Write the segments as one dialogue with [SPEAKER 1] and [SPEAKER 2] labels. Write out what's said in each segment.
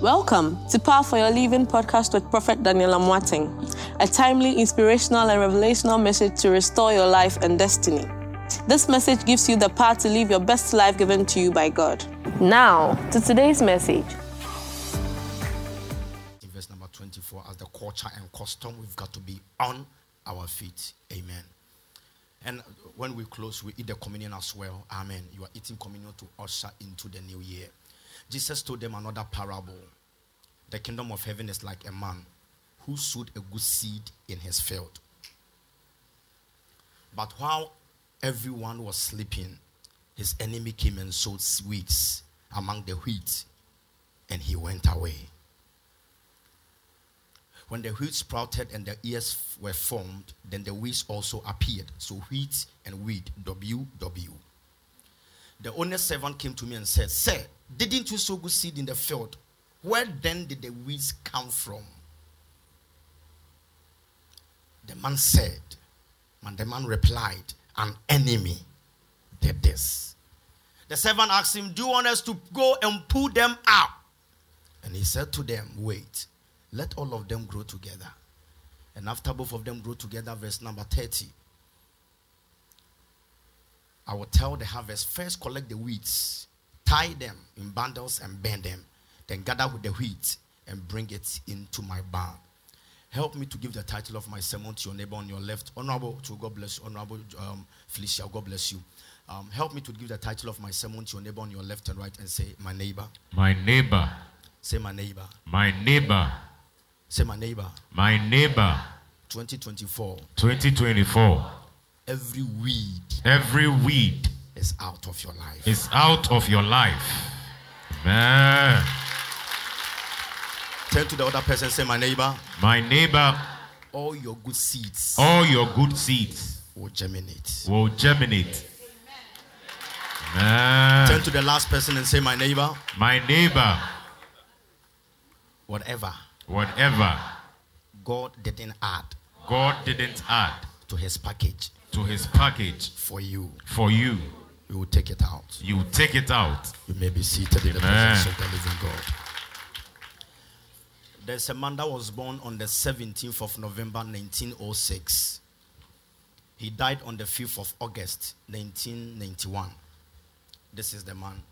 [SPEAKER 1] Welcome to Power for Your Living podcast with Prophet Daniel Amwating, a timely, inspirational, and revelational message to restore your life and destiny. This message gives you the power to live your best life given to you by God. Now, to today's message.
[SPEAKER 2] verse number 24 as the culture and custom we've got to be on our feet amen and when we close we eat the communion as well amen you are eating communion to usher into the new year jesus told them another parable the kingdom of heaven is like a man who sowed a good seed in his field but while everyone was sleeping his enemy came and sowed weeds among the wheat and he went away when the wheat sprouted and the ears f- were formed, then the weeds also appeared. So wheat and weed, W, W. The owner's servant came to me and said, Sir, didn't you sow good seed in the field? Where then did the weeds come from? The man said, and the man replied, An enemy did this. The servant asked him, Do you want us to go and pull them up? And he said to them, Wait, let all of them grow together. And after both of them grow together, verse number 30, I will tell the harvest first collect the weeds, tie them in bundles and burn them, then gather with the wheat and bring it into my barn. Help me to give the title of my sermon to your neighbor on your left. Honorable to God bless you. Honorable um, Felicia, God bless you. Um, help me to give the title of my sermon to your neighbor on your left and right and say, My neighbor.
[SPEAKER 3] My neighbor,
[SPEAKER 2] Say, My neighbor.
[SPEAKER 3] my neighbor,
[SPEAKER 2] Say, My neighbor.
[SPEAKER 3] my neighbor.
[SPEAKER 2] 2024.
[SPEAKER 3] 2024.
[SPEAKER 2] Every weed
[SPEAKER 3] Every weed
[SPEAKER 2] is out of your life.
[SPEAKER 3] is out of your life. Man,
[SPEAKER 2] Turn to the other person, say, My neighbor,
[SPEAKER 3] my neighbor,
[SPEAKER 2] all your good seeds
[SPEAKER 3] all your good seeds
[SPEAKER 2] will germinate.
[SPEAKER 3] will germinate. Man,
[SPEAKER 2] Turn to the last person and say, My neighbor,
[SPEAKER 3] my neighbor,
[SPEAKER 2] whatever
[SPEAKER 3] whatever
[SPEAKER 2] God didn't add
[SPEAKER 3] God didn't add
[SPEAKER 2] to his package
[SPEAKER 3] to his package
[SPEAKER 2] for you,
[SPEAKER 3] for you,
[SPEAKER 2] you will take it out.
[SPEAKER 3] you take it out.
[SPEAKER 2] You may be seated in the
[SPEAKER 3] Amen.
[SPEAKER 2] presence of the living God. There's a man that was born on the 17th of November 1906. He died on the 5th of August 1991. This is the man.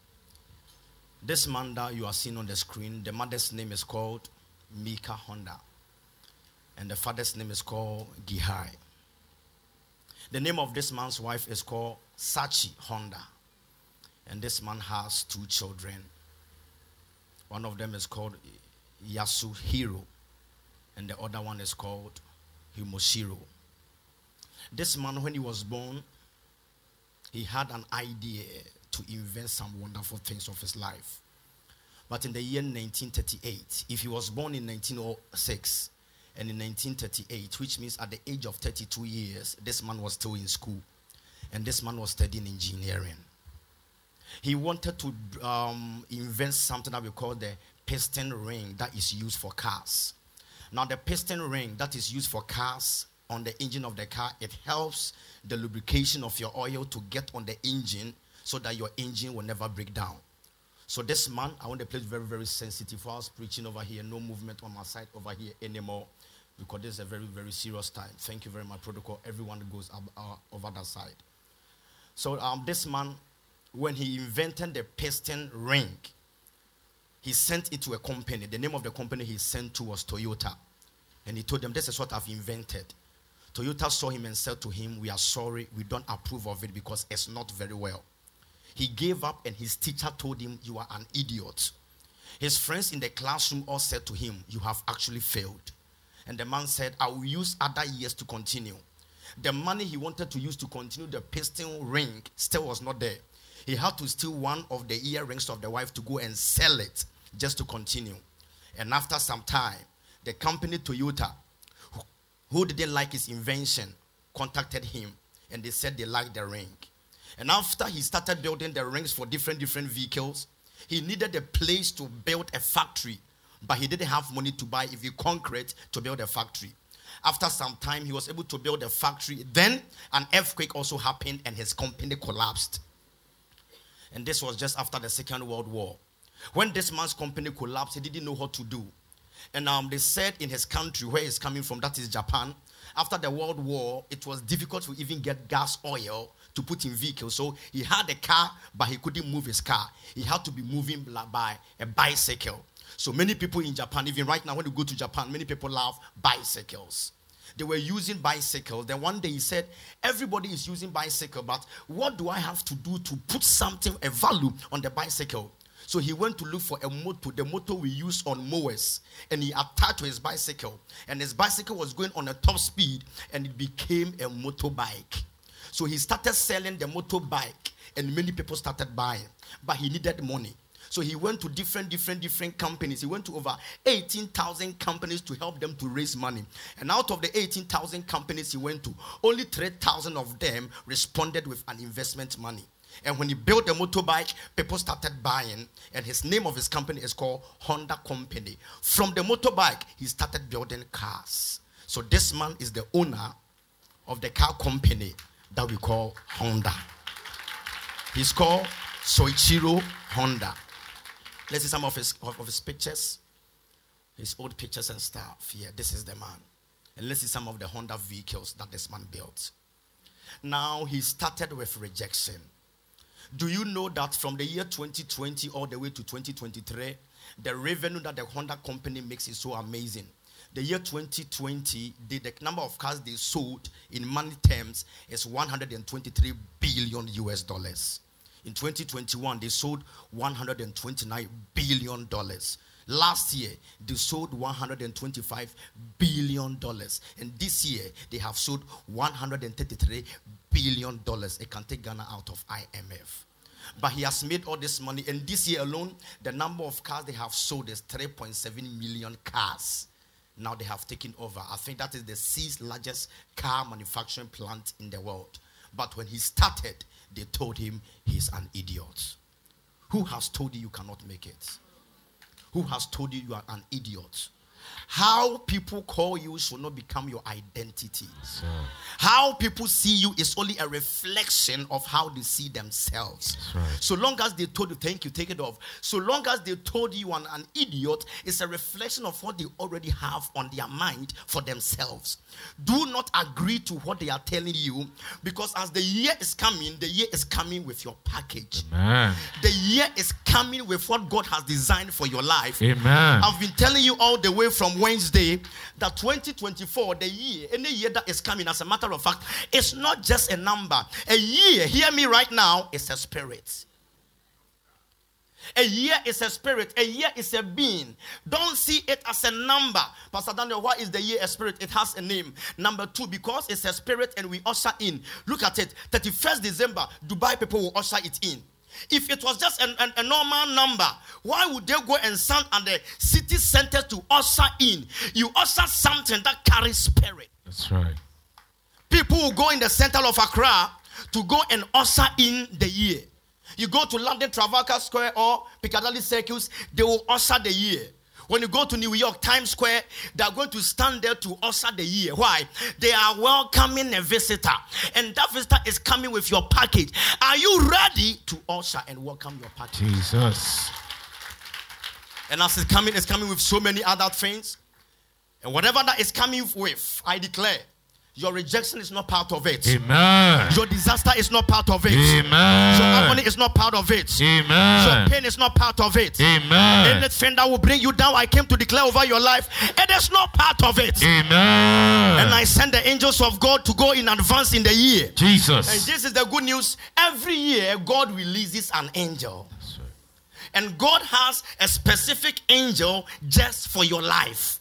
[SPEAKER 2] This man that you are seeing on the screen, the mother's name is called Mika Honda, and the father's name is called Gihai. The name of this man's wife is called Sachi Honda and this man has two children. One of them is called Yasuhiro, and the other one is called Himoshiro. This man, when he was born, he had an idea to invent some wonderful things of his life. But in the year 1938, if he was born in 1906 and in 1938, which means at the age of 32 years, this man was still in school and this man was studying engineering he wanted to um, invent something that we call the piston ring that is used for cars. Now, the piston ring that is used for cars on the engine of the car, it helps the lubrication of your oil to get on the engine so that your engine will never break down. So this man, I want the place very, very sensitive for us preaching over here. No movement on my side over here anymore because this is a very, very serious time. Thank you very much, protocol. Everyone goes up, uh, over that side. So um, this man, when he invented the piston ring, he sent it to a company. The name of the company he sent to was Toyota. And he told them, This is what I've invented. Toyota saw him and said to him, We are sorry, we don't approve of it because it's not very well. He gave up, and his teacher told him, You are an idiot. His friends in the classroom all said to him, You have actually failed. And the man said, I will use other years to continue. The money he wanted to use to continue the piston ring still was not there. He had to steal one of the earrings of the wife to go and sell it just to continue. And after some time, the company Toyota, who- who didn't like his invention, contacted him and they said they liked the ring. And after he started building the rings for different different vehicles, he needed a place to build a factory, but he didn't have money to buy if he concrete to build a factory. After some time, he was able to build a factory. Then an earthquake also happened and his company collapsed. And this was just after the Second World War. When this man's company collapsed, he didn't know what to do. And um, they said in his country where he's coming from, that is Japan, after the World War, it was difficult to even get gas oil to put in vehicles. So he had a car, but he couldn't move his car. He had to be moving la- by a bicycle. So many people in Japan, even right now, when you go to Japan, many people love bicycles. They were using bicycles. Then one day he said, Everybody is using bicycle, but what do I have to do to put something, a value on the bicycle? So he went to look for a motor, the motor we use on mowers, and he attached to his bicycle. And his bicycle was going on a top speed, and it became a motorbike. So he started selling the motorbike, and many people started buying. But he needed money. So he went to different, different, different companies. He went to over 18,000 companies to help them to raise money. And out of the 18,000 companies he went to, only 3,000 of them responded with an investment money. And when he built the motorbike, people started buying. And his name of his company is called Honda Company. From the motorbike, he started building cars. So this man is the owner of the car company that we call Honda. He's called Soichiro Honda. Let's see some of his, of, of his pictures, his old pictures and stuff. Yeah, this is the man. And let's see some of the Honda vehicles that this man built. Now he started with rejection. Do you know that from the year 2020 all the way to 2023, the revenue that the Honda company makes is so amazing? The year 2020, the, the number of cars they sold in money terms is 123 billion US dollars. In 2021, they sold 129 billion dollars. Last year, they sold 125 billion dollars, and this year they have sold 133 billion dollars. It can take Ghana out of IMF. But he has made all this money, and this year alone, the number of cars they have sold is 3.7 million cars. Now they have taken over. I think that is the sixth largest car manufacturing plant in the world. But when he started, they told him he's an idiot. Who has told you you cannot make it? who has told you you are an idiot. How people call you should not become your identity. How people see you is only a reflection of how they see themselves. So long as they told you, thank you, take it off. So long as they told you an, an idiot, it's a reflection of what they already have on their mind for themselves. Do not agree to what they are telling you because as the year is coming, the year is coming with your package.
[SPEAKER 3] Amen.
[SPEAKER 2] The year is coming with what God has designed for your life.
[SPEAKER 3] Amen.
[SPEAKER 2] I've been telling you all the way from Wednesday that 2024, the year, any year that is coming, as a matter of fact, it's not just a number. A year, hear me right now, is a spirit. A year is a spirit. A year is a being. Don't see it as a number. Pastor Daniel, why is the year a spirit? It has a name. Number two, because it's a spirit and we usher in. Look at it. 31st December, Dubai people will usher it in. If it was just an, an- a normal number, why would they go and stand at the city center to usher in? You usher something that carries spirit.
[SPEAKER 3] That's right.
[SPEAKER 2] People will go in the center of Accra to go and usher in the year. You go to London Trafalgar Square or Piccadilly Circus, they will usher the year. When you go to New York Times Square, they are going to stand there to usher the year. Why? They are welcoming a visitor, and that visitor is coming with your package. Are you ready to usher and welcome your package?
[SPEAKER 3] Jesus.
[SPEAKER 2] And as it's coming, it's coming with so many other things. And whatever that is coming with, I declare, your rejection is not part of it.
[SPEAKER 3] Amen.
[SPEAKER 2] Your disaster is not part of it. Your agony
[SPEAKER 3] Amen.
[SPEAKER 2] is not part of it. Your
[SPEAKER 3] Amen.
[SPEAKER 2] pain is not part of it.
[SPEAKER 3] Amen.
[SPEAKER 2] Anything that will bring you down, I came to declare over your life, it is not part of it. And
[SPEAKER 3] Amen.
[SPEAKER 2] I send the angels of God to go in advance in the year. And
[SPEAKER 3] Jesus.
[SPEAKER 2] this is the good news. Every year, God releases an angel.
[SPEAKER 3] That's right.
[SPEAKER 2] And God has a specific angel just for your life.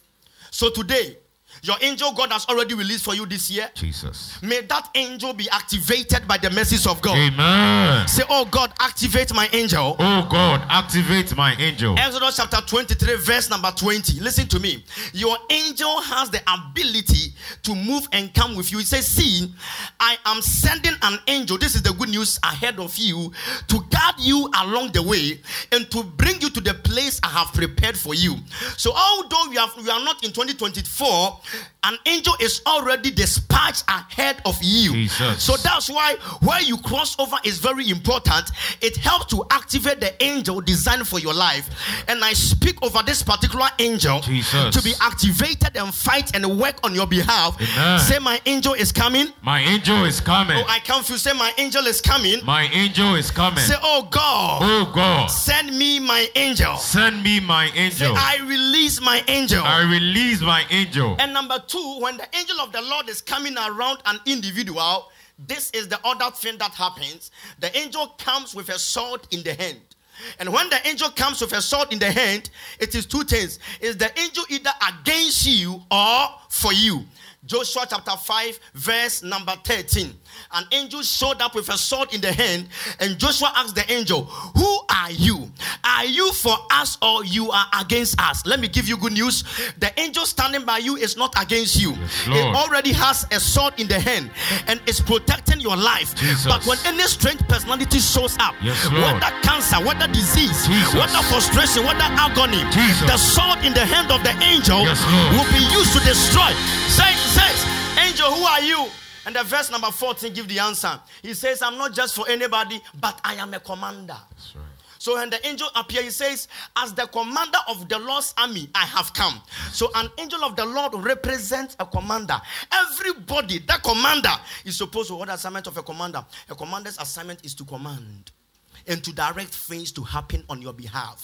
[SPEAKER 2] So today, your angel God has already released for you this year.
[SPEAKER 3] Jesus.
[SPEAKER 2] May that angel be activated by the mercies of God.
[SPEAKER 3] Amen.
[SPEAKER 2] Say, Oh God, activate my angel.
[SPEAKER 3] Oh God, activate my angel.
[SPEAKER 2] Exodus chapter 23, verse number 20. Listen to me. Your angel has the ability to move and come with you. He says, See, I am sending an angel. This is the good news ahead of you to guide you along the way and to bring you to the place I have prepared for you. So, although we, have, we are not in 2024, An angel is already dispatched ahead of you.
[SPEAKER 3] Jesus.
[SPEAKER 2] So that's why where you cross over is very important. It helps to activate the angel designed for your life. And I speak over this particular angel
[SPEAKER 3] Jesus.
[SPEAKER 2] to be activated and fight and work on your behalf.
[SPEAKER 3] Amen.
[SPEAKER 2] Say, My angel is coming.
[SPEAKER 3] My angel is coming.
[SPEAKER 2] Oh, I can't feel. Say, My angel is coming.
[SPEAKER 3] my angel is coming.
[SPEAKER 2] Say, Oh God,
[SPEAKER 3] oh God,
[SPEAKER 2] send me my angel.
[SPEAKER 3] send me my
[SPEAKER 2] Say,
[SPEAKER 3] angel.
[SPEAKER 2] I release my angel.
[SPEAKER 3] I release my angel.
[SPEAKER 2] And number two, when the angel of the Lord is coming around an individual, this is the other thing that happens. The angel comes with a sword in the hand. And when the angel comes with a sword in the hand, it is two things. Is the angel either against you or for you? Joshua chapter 5, verse number 13. An angel showed up with a sword in the hand, and Joshua asked the angel, Who are you? Are you for us or you are against us? Let me give you good news. The angel standing by you is not against you,
[SPEAKER 3] Yes,
[SPEAKER 2] it
[SPEAKER 3] Lord.
[SPEAKER 2] already has a sword in the hand and is protecting your life.
[SPEAKER 3] Jesus.
[SPEAKER 2] But when any strange personality shows up,
[SPEAKER 3] Yes, Lord.
[SPEAKER 2] whether cancer, whether disease,
[SPEAKER 3] Jesus.
[SPEAKER 2] whether frustration, whether agony,
[SPEAKER 3] Jesus.
[SPEAKER 2] the sword in the hand of the angel
[SPEAKER 3] Yes, Lord.
[SPEAKER 2] will be used to destroy. Say, says, angel, who are you? And the verse number 14 give the answer. He says, I'm not just for anybody, but I am a commander.
[SPEAKER 3] That's right.
[SPEAKER 2] So when the angel appears, he says, As the commander of the Lord's army, I have come. So an angel of the Lord represents a commander. Everybody, that commander is supposed to what the assignment of a commander. A commander's assignment is to command and to direct things to happen on your behalf.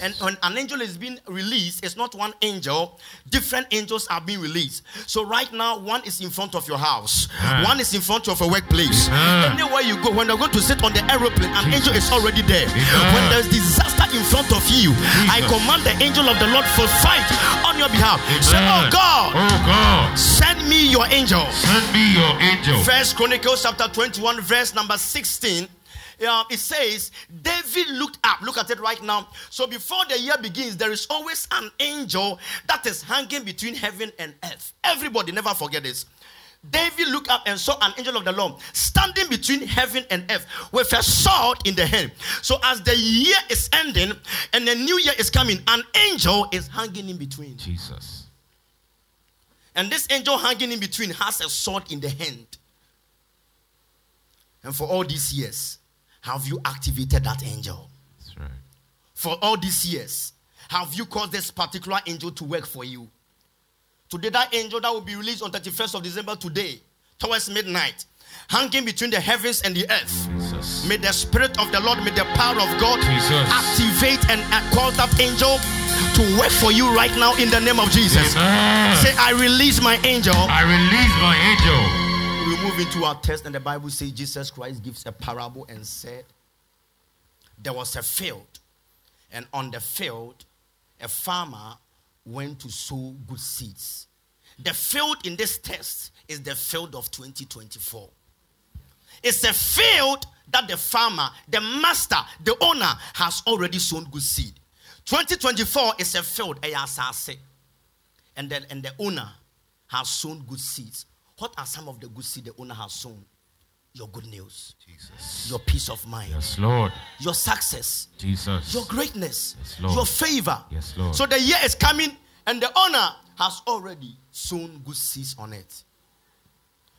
[SPEAKER 2] And when an angel is being released, it's not one angel, different angels are being released. So right now, one is in front of your house,
[SPEAKER 3] Yeah.
[SPEAKER 2] one is in front of a workplace.
[SPEAKER 3] Yeah.
[SPEAKER 2] Anywhere you go, when you're going to sit on the aeroplane, an angel is already there.
[SPEAKER 3] Yeah.
[SPEAKER 2] When there's disaster in front of you, I
[SPEAKER 3] Ah. Jesus.
[SPEAKER 2] command the angel of the Lord for fight on your behalf. Say, Oh
[SPEAKER 3] Amen.
[SPEAKER 2] God,
[SPEAKER 3] Oh God,
[SPEAKER 2] send me your angel.
[SPEAKER 3] send me your angel.
[SPEAKER 2] First Chronicles chapter 21, verse number 16. uh, it says, David looked up. Look at it right now. So before the year begins, there is always an angel that is hanging between heaven and earth. Everybody, never forget this. David looked up and saw an angel of the Lord standing between heaven and earth with a sword in the hand. So as the year is ending and the new year is coming, an angel is hanging in between.
[SPEAKER 3] Jesus.
[SPEAKER 2] And this angel hanging in between has a sword in the hand. And for all these years, have you activated that angel?
[SPEAKER 3] That's right.
[SPEAKER 2] For all these years, have you caused this particular angel to work for you? Today, that angel that will be released on 31st of December today, towards midnight, hanging between the heavens and the earth.
[SPEAKER 3] Jesus.
[SPEAKER 2] May the spirit of the Lord, may the power of God
[SPEAKER 3] Jesus.
[SPEAKER 2] activate and uh, cause that angel to work for you right now in the name of Jesus.
[SPEAKER 3] Amen.
[SPEAKER 2] Say, I release my angel.
[SPEAKER 3] I release my angel.
[SPEAKER 2] We move into our text, and the Bible says Jesus Christ gives a parable and said, There was a field, and on the field, a farmer went to sow good seeds. The field in this text is the field of 2024. It's a field that the farmer, the master, the owner has already sown good seed. 2024 is a field, ɛyɛ asase and then and the owner has sown good seeds. What are some of the good seeds the owner has sown? Your good news,
[SPEAKER 3] Jesus.
[SPEAKER 2] your peace of mind,
[SPEAKER 3] Yes, Lord.
[SPEAKER 2] your success,
[SPEAKER 3] Jesus.
[SPEAKER 2] your greatness,
[SPEAKER 3] Yes, Lord.
[SPEAKER 2] your favor.
[SPEAKER 3] Yes, Lord.
[SPEAKER 2] So the year is coming, and the owner has already sown good seeds on it.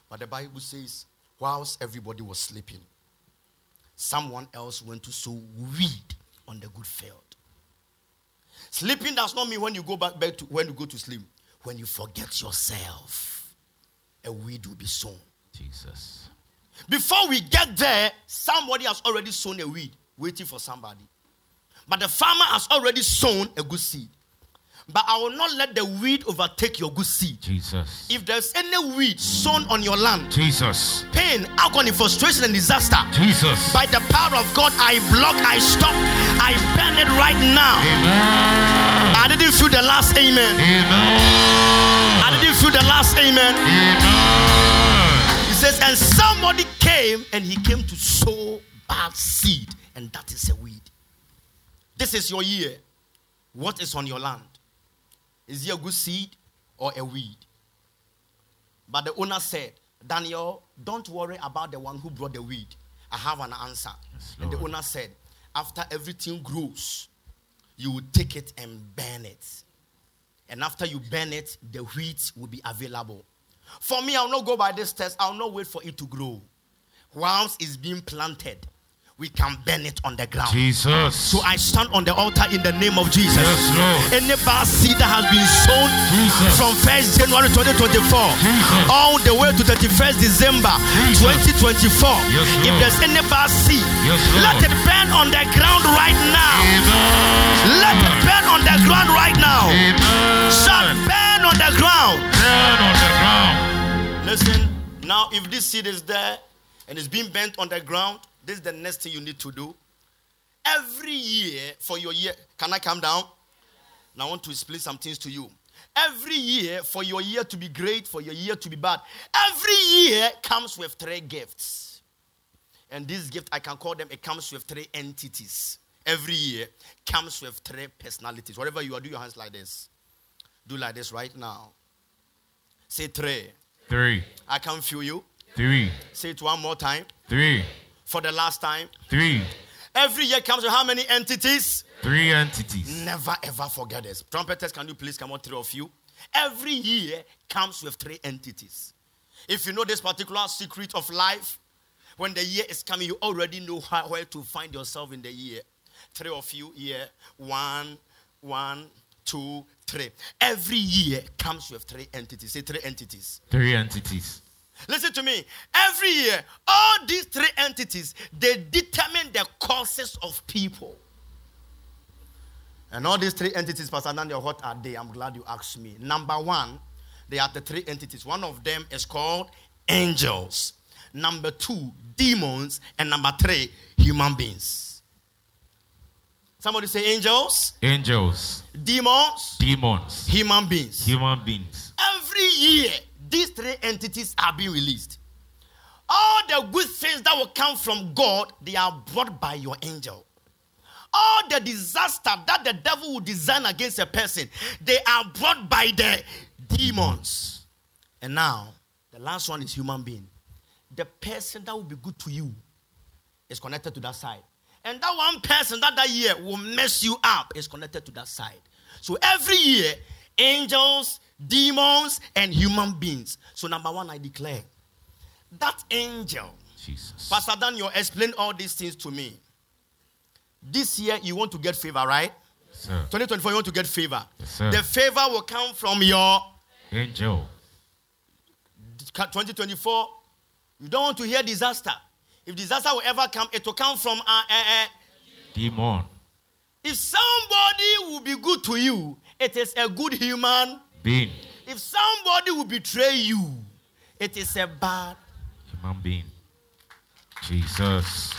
[SPEAKER 2] But the Bible says, whilst everybody was sleeping, someone else went to sow weed on the good field. Sleeping does not mean when you go back, back to when you go to sleep. When you forget yourself, a weed will be sown.
[SPEAKER 3] Jesus.
[SPEAKER 2] Before we get there, somebody has already sown a weed waiting for somebody. But the farmer has already sown a good seed. But I will not let the weed overtake your good seed.
[SPEAKER 3] Jesus.
[SPEAKER 2] If there's any weed sown on your land,
[SPEAKER 3] Jesus.
[SPEAKER 2] pain, agony, frustration, and disaster,
[SPEAKER 3] Jesus.
[SPEAKER 2] by the power of God, I block, I stop, I burn it right now.
[SPEAKER 3] Amen.
[SPEAKER 2] I didn't feel the last amen.
[SPEAKER 3] Amen.
[SPEAKER 2] I didn't feel the last amen.
[SPEAKER 3] Amen.
[SPEAKER 2] He says, and somebody came and he came to sow bad seed, and that is a weed. This is your year. What is on your land? Is it a good seed or a weed? But the owner said, Daniel, don't worry about the one who brought the weed. I have an answer.
[SPEAKER 3] Yes,
[SPEAKER 2] and the
[SPEAKER 3] Lord.
[SPEAKER 2] owner said, after everything grows, you will take it and burn it. And after you burn it, the wheat will be available. For me, I'll not go by this test. I'll not wait for it to grow. Whilst it's being planted, we can burn it on the ground.
[SPEAKER 3] Jesus.
[SPEAKER 2] So I stand on the altar in the name of Jesus.
[SPEAKER 3] Yes, Lord.
[SPEAKER 2] Any bad seed that has been sown
[SPEAKER 3] Jesus.
[SPEAKER 2] from 1st January 2024
[SPEAKER 3] Jesus.
[SPEAKER 2] all the way to 31st December
[SPEAKER 3] Jesus.
[SPEAKER 2] 2024,
[SPEAKER 3] Yes,
[SPEAKER 2] if
[SPEAKER 3] Lord.
[SPEAKER 2] there's any bad seed,
[SPEAKER 3] Yes,
[SPEAKER 2] let it
[SPEAKER 3] Lord.
[SPEAKER 2] burn on the ground right now.
[SPEAKER 3] Amen.
[SPEAKER 2] Let it burn on the ground right now.
[SPEAKER 3] Amen.
[SPEAKER 2] Shall burn on the ground.
[SPEAKER 3] Burn on the ground.
[SPEAKER 2] Listen, now if this seed is there and it's being bent on the ground, this is the next thing you need to do. Every year for your year, can I come down? Now I want to explain some things to you. Every year for your year to be great, for your year to be bad, every year comes with three gifts. And this gift, I can call them, it comes with three entities. Every year comes with three personalities. Whatever you are, do your hands like this. Do like this right now. Say three.
[SPEAKER 3] Three,
[SPEAKER 2] I can feel you.
[SPEAKER 3] three,
[SPEAKER 2] Say it one more time
[SPEAKER 3] three,
[SPEAKER 2] for the last time.
[SPEAKER 3] three,
[SPEAKER 2] Every year comes with how many entities?
[SPEAKER 3] three entities.
[SPEAKER 2] Never ever forget this. Trumpeters, can you please come on, three of you? Every year comes with three entities. If you know this particular secret of life, when the year is coming, you already know how, where to find yourself in the year. Three of you here. One, one, two, three. Every year comes with three entities. Say three entities.
[SPEAKER 3] Three entities.
[SPEAKER 2] Listen to me. Every year, all these three entities they determine the courses of people. And all these three entities, Pastor Daniel, what are they? I'm glad you asked me. Number one, they are the three entities. One of them is called angels. Number two, demons, and number three, human beings. Somebody say angels,
[SPEAKER 3] Angels,
[SPEAKER 2] demons,
[SPEAKER 3] demons,
[SPEAKER 2] human beings.
[SPEAKER 3] human beings.
[SPEAKER 2] Every year, these three entities are being released. All the good things that will come from God, they are brought by your angel. All the disaster that the devil will design against a person, they are brought by the demons. And now, the last one is human being. The person that will be good to you is connected to that side. And that one person that that year will mess you up is connected to that side. So every year, angels, demons, and human beings. So number one, I declare that angel,
[SPEAKER 3] Jesus.
[SPEAKER 2] Pastor Daniel, explain all these things to me. This year, you want to get favor, right?
[SPEAKER 3] Sir.
[SPEAKER 2] 2024, you want to get favor.
[SPEAKER 3] Yes, sir.
[SPEAKER 2] the favor will come from your
[SPEAKER 3] Angel.
[SPEAKER 2] 2024, you don't want to hear disaster. If disaster will ever come, it will come from uh, uh, uh,
[SPEAKER 3] Demon.
[SPEAKER 2] If somebody will be good to you, it is a good human.
[SPEAKER 3] Being.
[SPEAKER 2] If somebody will betray you, it is a bad.
[SPEAKER 3] Human being. Jesus.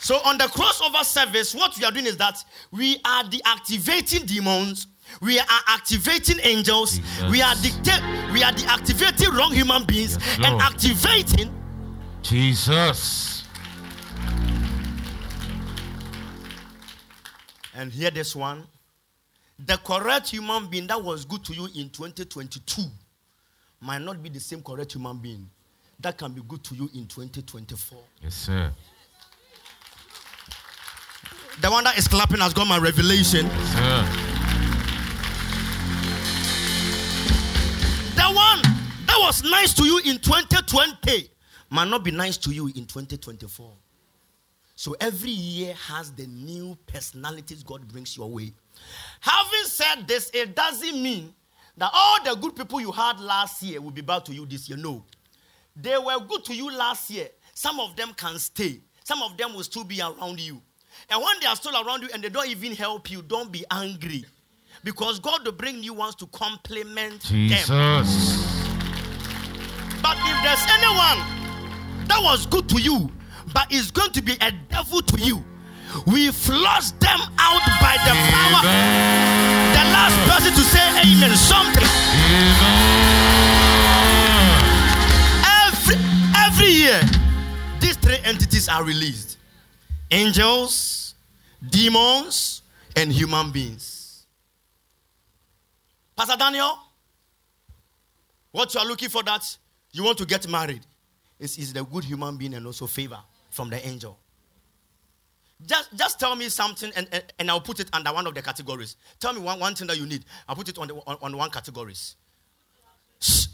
[SPEAKER 2] So on the crossover service, what we are doing is that we are deactivating demons, we are activating angels,
[SPEAKER 3] Jesus.
[SPEAKER 2] we are dicta- we are deactivating wrong human beings
[SPEAKER 3] Yes,
[SPEAKER 2] and
[SPEAKER 3] Lord.
[SPEAKER 2] activating
[SPEAKER 3] Jesus.
[SPEAKER 2] And hear this one. The correct human being that was good to you in 2022 might not be the same correct human being that can be good to you in 2024.
[SPEAKER 3] Yes, sir.
[SPEAKER 2] The one that is clapping has got my revelation.
[SPEAKER 3] Sir.
[SPEAKER 2] The one that was nice to you in 2020 might not be nice to you in 2024. So every year has the new personalities God brings your way. Having said this, it doesn't mean that all the good people you had last year will be bad to you this year. No. They were good to you last year. Some of them can stay, some of them will still be around you. And when they are still around you and they don't even help you, don't be angry. Because God will bring new ones to complement them.
[SPEAKER 3] Jesus.
[SPEAKER 2] But if there's anyone that was good to you, but is going to be a devil to you, we flush them out by the power.
[SPEAKER 3] Amen.
[SPEAKER 2] The last person to say amen, something.
[SPEAKER 3] Amen.
[SPEAKER 2] Every, every year, these three entities are released angels, demons, and human beings. Pastor Daniel, what you are looking for that you want to get married is, is the good human being and also favor from the angel. Just, just tell me something and, and, and I'll put it under one of the categories. Tell me one, one thing that you need. I'll put it on, the, on, on one categories. Shh.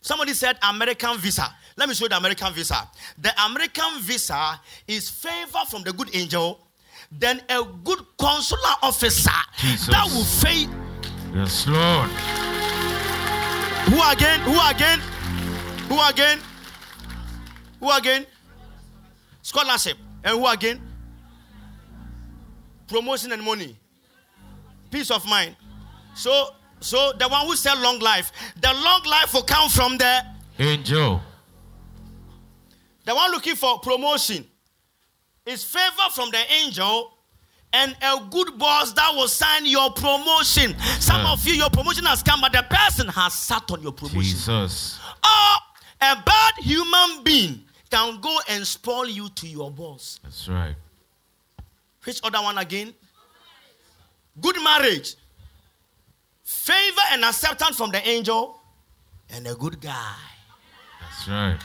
[SPEAKER 2] Somebody said American visa. Let me show you the American visa. The American visa is favor from the good angel, then a good consular officer
[SPEAKER 3] Jesus.
[SPEAKER 2] that will faith.
[SPEAKER 3] Yes, Lord.
[SPEAKER 2] Who again? Who again? Who again? Who again? Scholarship. And who again? Promotion and money. Peace of mind. So, so the one who said long life, the long life will come from the
[SPEAKER 3] Angel.
[SPEAKER 2] the one looking for promotion. Is favor from the angel and a good boss that will sign your promotion. Some
[SPEAKER 3] Yeah.
[SPEAKER 2] of you, your promotion has come, but the person has sat on your promotion.
[SPEAKER 3] Jesus.
[SPEAKER 2] or a bad human being can go and spoil you to your boss.
[SPEAKER 3] That's right.
[SPEAKER 2] Which other one again? Good marriage, favor and acceptance from the angel, and a good guy.
[SPEAKER 3] That's right.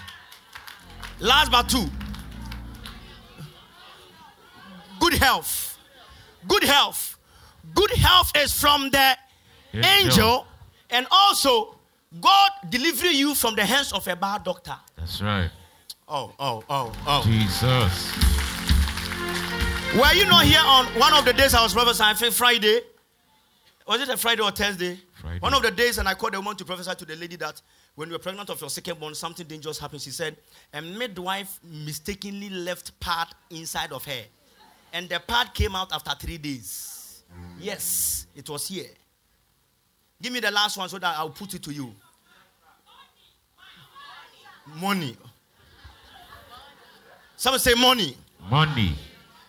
[SPEAKER 2] Last but two, good health. Good health. Good health is from the
[SPEAKER 3] Angel.
[SPEAKER 2] angel, and also God delivering you from the hands of a bad doctor.
[SPEAKER 3] That's right.
[SPEAKER 2] Oh, oh, oh, oh.
[SPEAKER 3] Jesus.
[SPEAKER 2] Were you not here on one of the days I was prophesying? I think Friday. Was it a Friday or Thursday?
[SPEAKER 3] Friday.
[SPEAKER 2] One of the days, and I called the woman to prophesy to the lady that when you were pregnant of your second born, something dangerous happened. She said, A midwife mistakenly left part inside of her. And the part came out after three days. Yes, it was here. Give me the last one so that I'll put it to you. Money. Someone say money.
[SPEAKER 3] Money.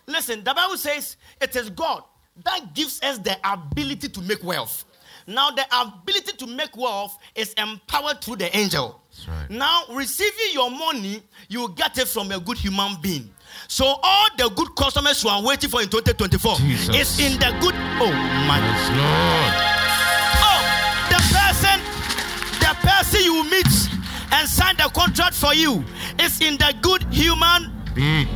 [SPEAKER 2] Listen, the Bible says it is God that gives us the ability to make wealth. Now, the ability to make wealth is empowered through the angel.
[SPEAKER 3] That's right.
[SPEAKER 2] Now, receiving your money, you get it from a good human being. So, all the good customers you are waiting for in 2024
[SPEAKER 3] Jesus.
[SPEAKER 2] is in the good. Oh, my.
[SPEAKER 3] Yes, Lord.
[SPEAKER 2] Oh, the person, the person you meet and sign the contract for you is in the good human.
[SPEAKER 3] Be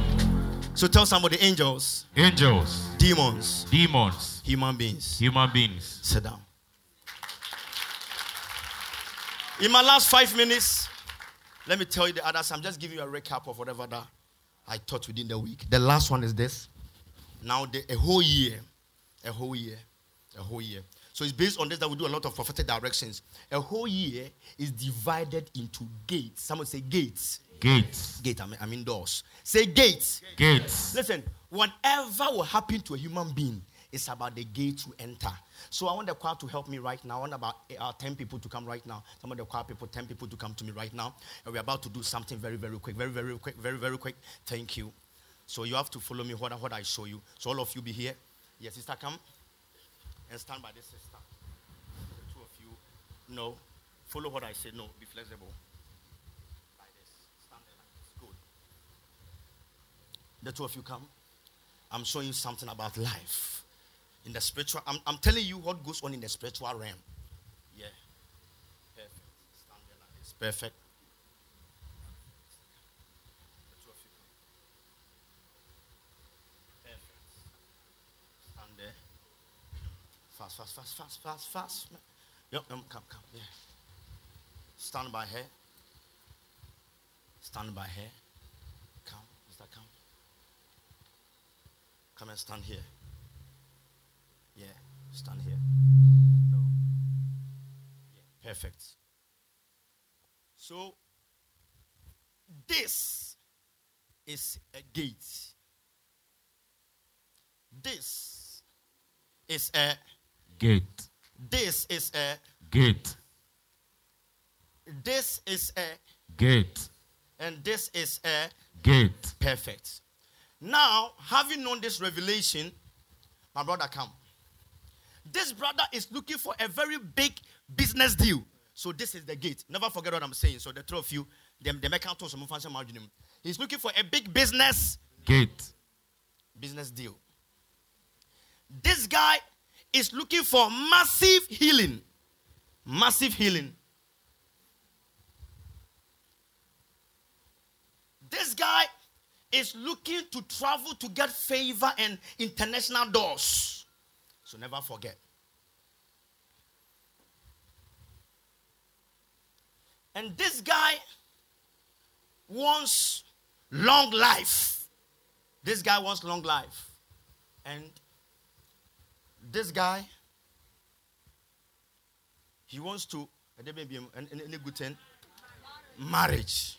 [SPEAKER 2] So, tell somebody angels,
[SPEAKER 3] angels.
[SPEAKER 2] demons,
[SPEAKER 3] Demons.
[SPEAKER 2] human beings.
[SPEAKER 3] Human beings.
[SPEAKER 2] Sit down. In my last five minutes, let me tell you the others. I'm just giving you a recap of whatever that I taught within the week. The last one is this. Now, the, a whole year, a whole year, a whole year. So it's based on this that we do a lot of prophetic directions. A whole year is divided into gates. Someone say gates.
[SPEAKER 3] Gates.
[SPEAKER 2] Gate, I mean, I mean doors. Say gates.
[SPEAKER 3] Gates.
[SPEAKER 2] Listen, whatever will happen to a human being is about the gate to enter. So I want the choir to help me right now. I want about uh, 10 people to come right now. Some of the choir people, 10 people to come to me right now. And we're about to do something very, very quick. Very, very quick. Very, very quick. Thank you. So you have to follow me what, I- what I show you. So all of you be here. Yes, sister, come and stand by this sister. The two of you, no. Follow what I say. No, be flexible. Like this. Stand there like this. Good. The two of you come. I'm showing you something about life. In the spiritual, I'm, I'm telling you what goes on in the spiritual realm. Yeah. Perfect. Stand there like this. Perfect. The two of you come. Perfect. Stand there. Fast, fast, fast, fast, fast, fast. Yep, yep, come, come. Yeah. Stand by her. Stand by her. Come, Mr. Come. Come and stand here. Yeah, stand here. No. Yeah, perfect. So, this is a gate. This is a.
[SPEAKER 3] Gate.
[SPEAKER 2] This is a.
[SPEAKER 3] Gate.
[SPEAKER 2] This is a.
[SPEAKER 3] Gate.
[SPEAKER 2] And this is a.
[SPEAKER 3] Gate.
[SPEAKER 2] perfect. Now, having known this revelation, my brother come. This brother is looking for a very big business deal. So this is the gate. Never forget what I'm saying. So the three of you, them the mechanic to move fancy margin him. He's looking for a big business
[SPEAKER 3] Gate.
[SPEAKER 2] business deal. This guy is looking for massive healing. Massive healing. This guy is looking to travel to get favor and international doors. So never forget. And this guy wants long life. This guy wants long life. And this guy, he wants to, and there may be an- an- any good thing, marriage.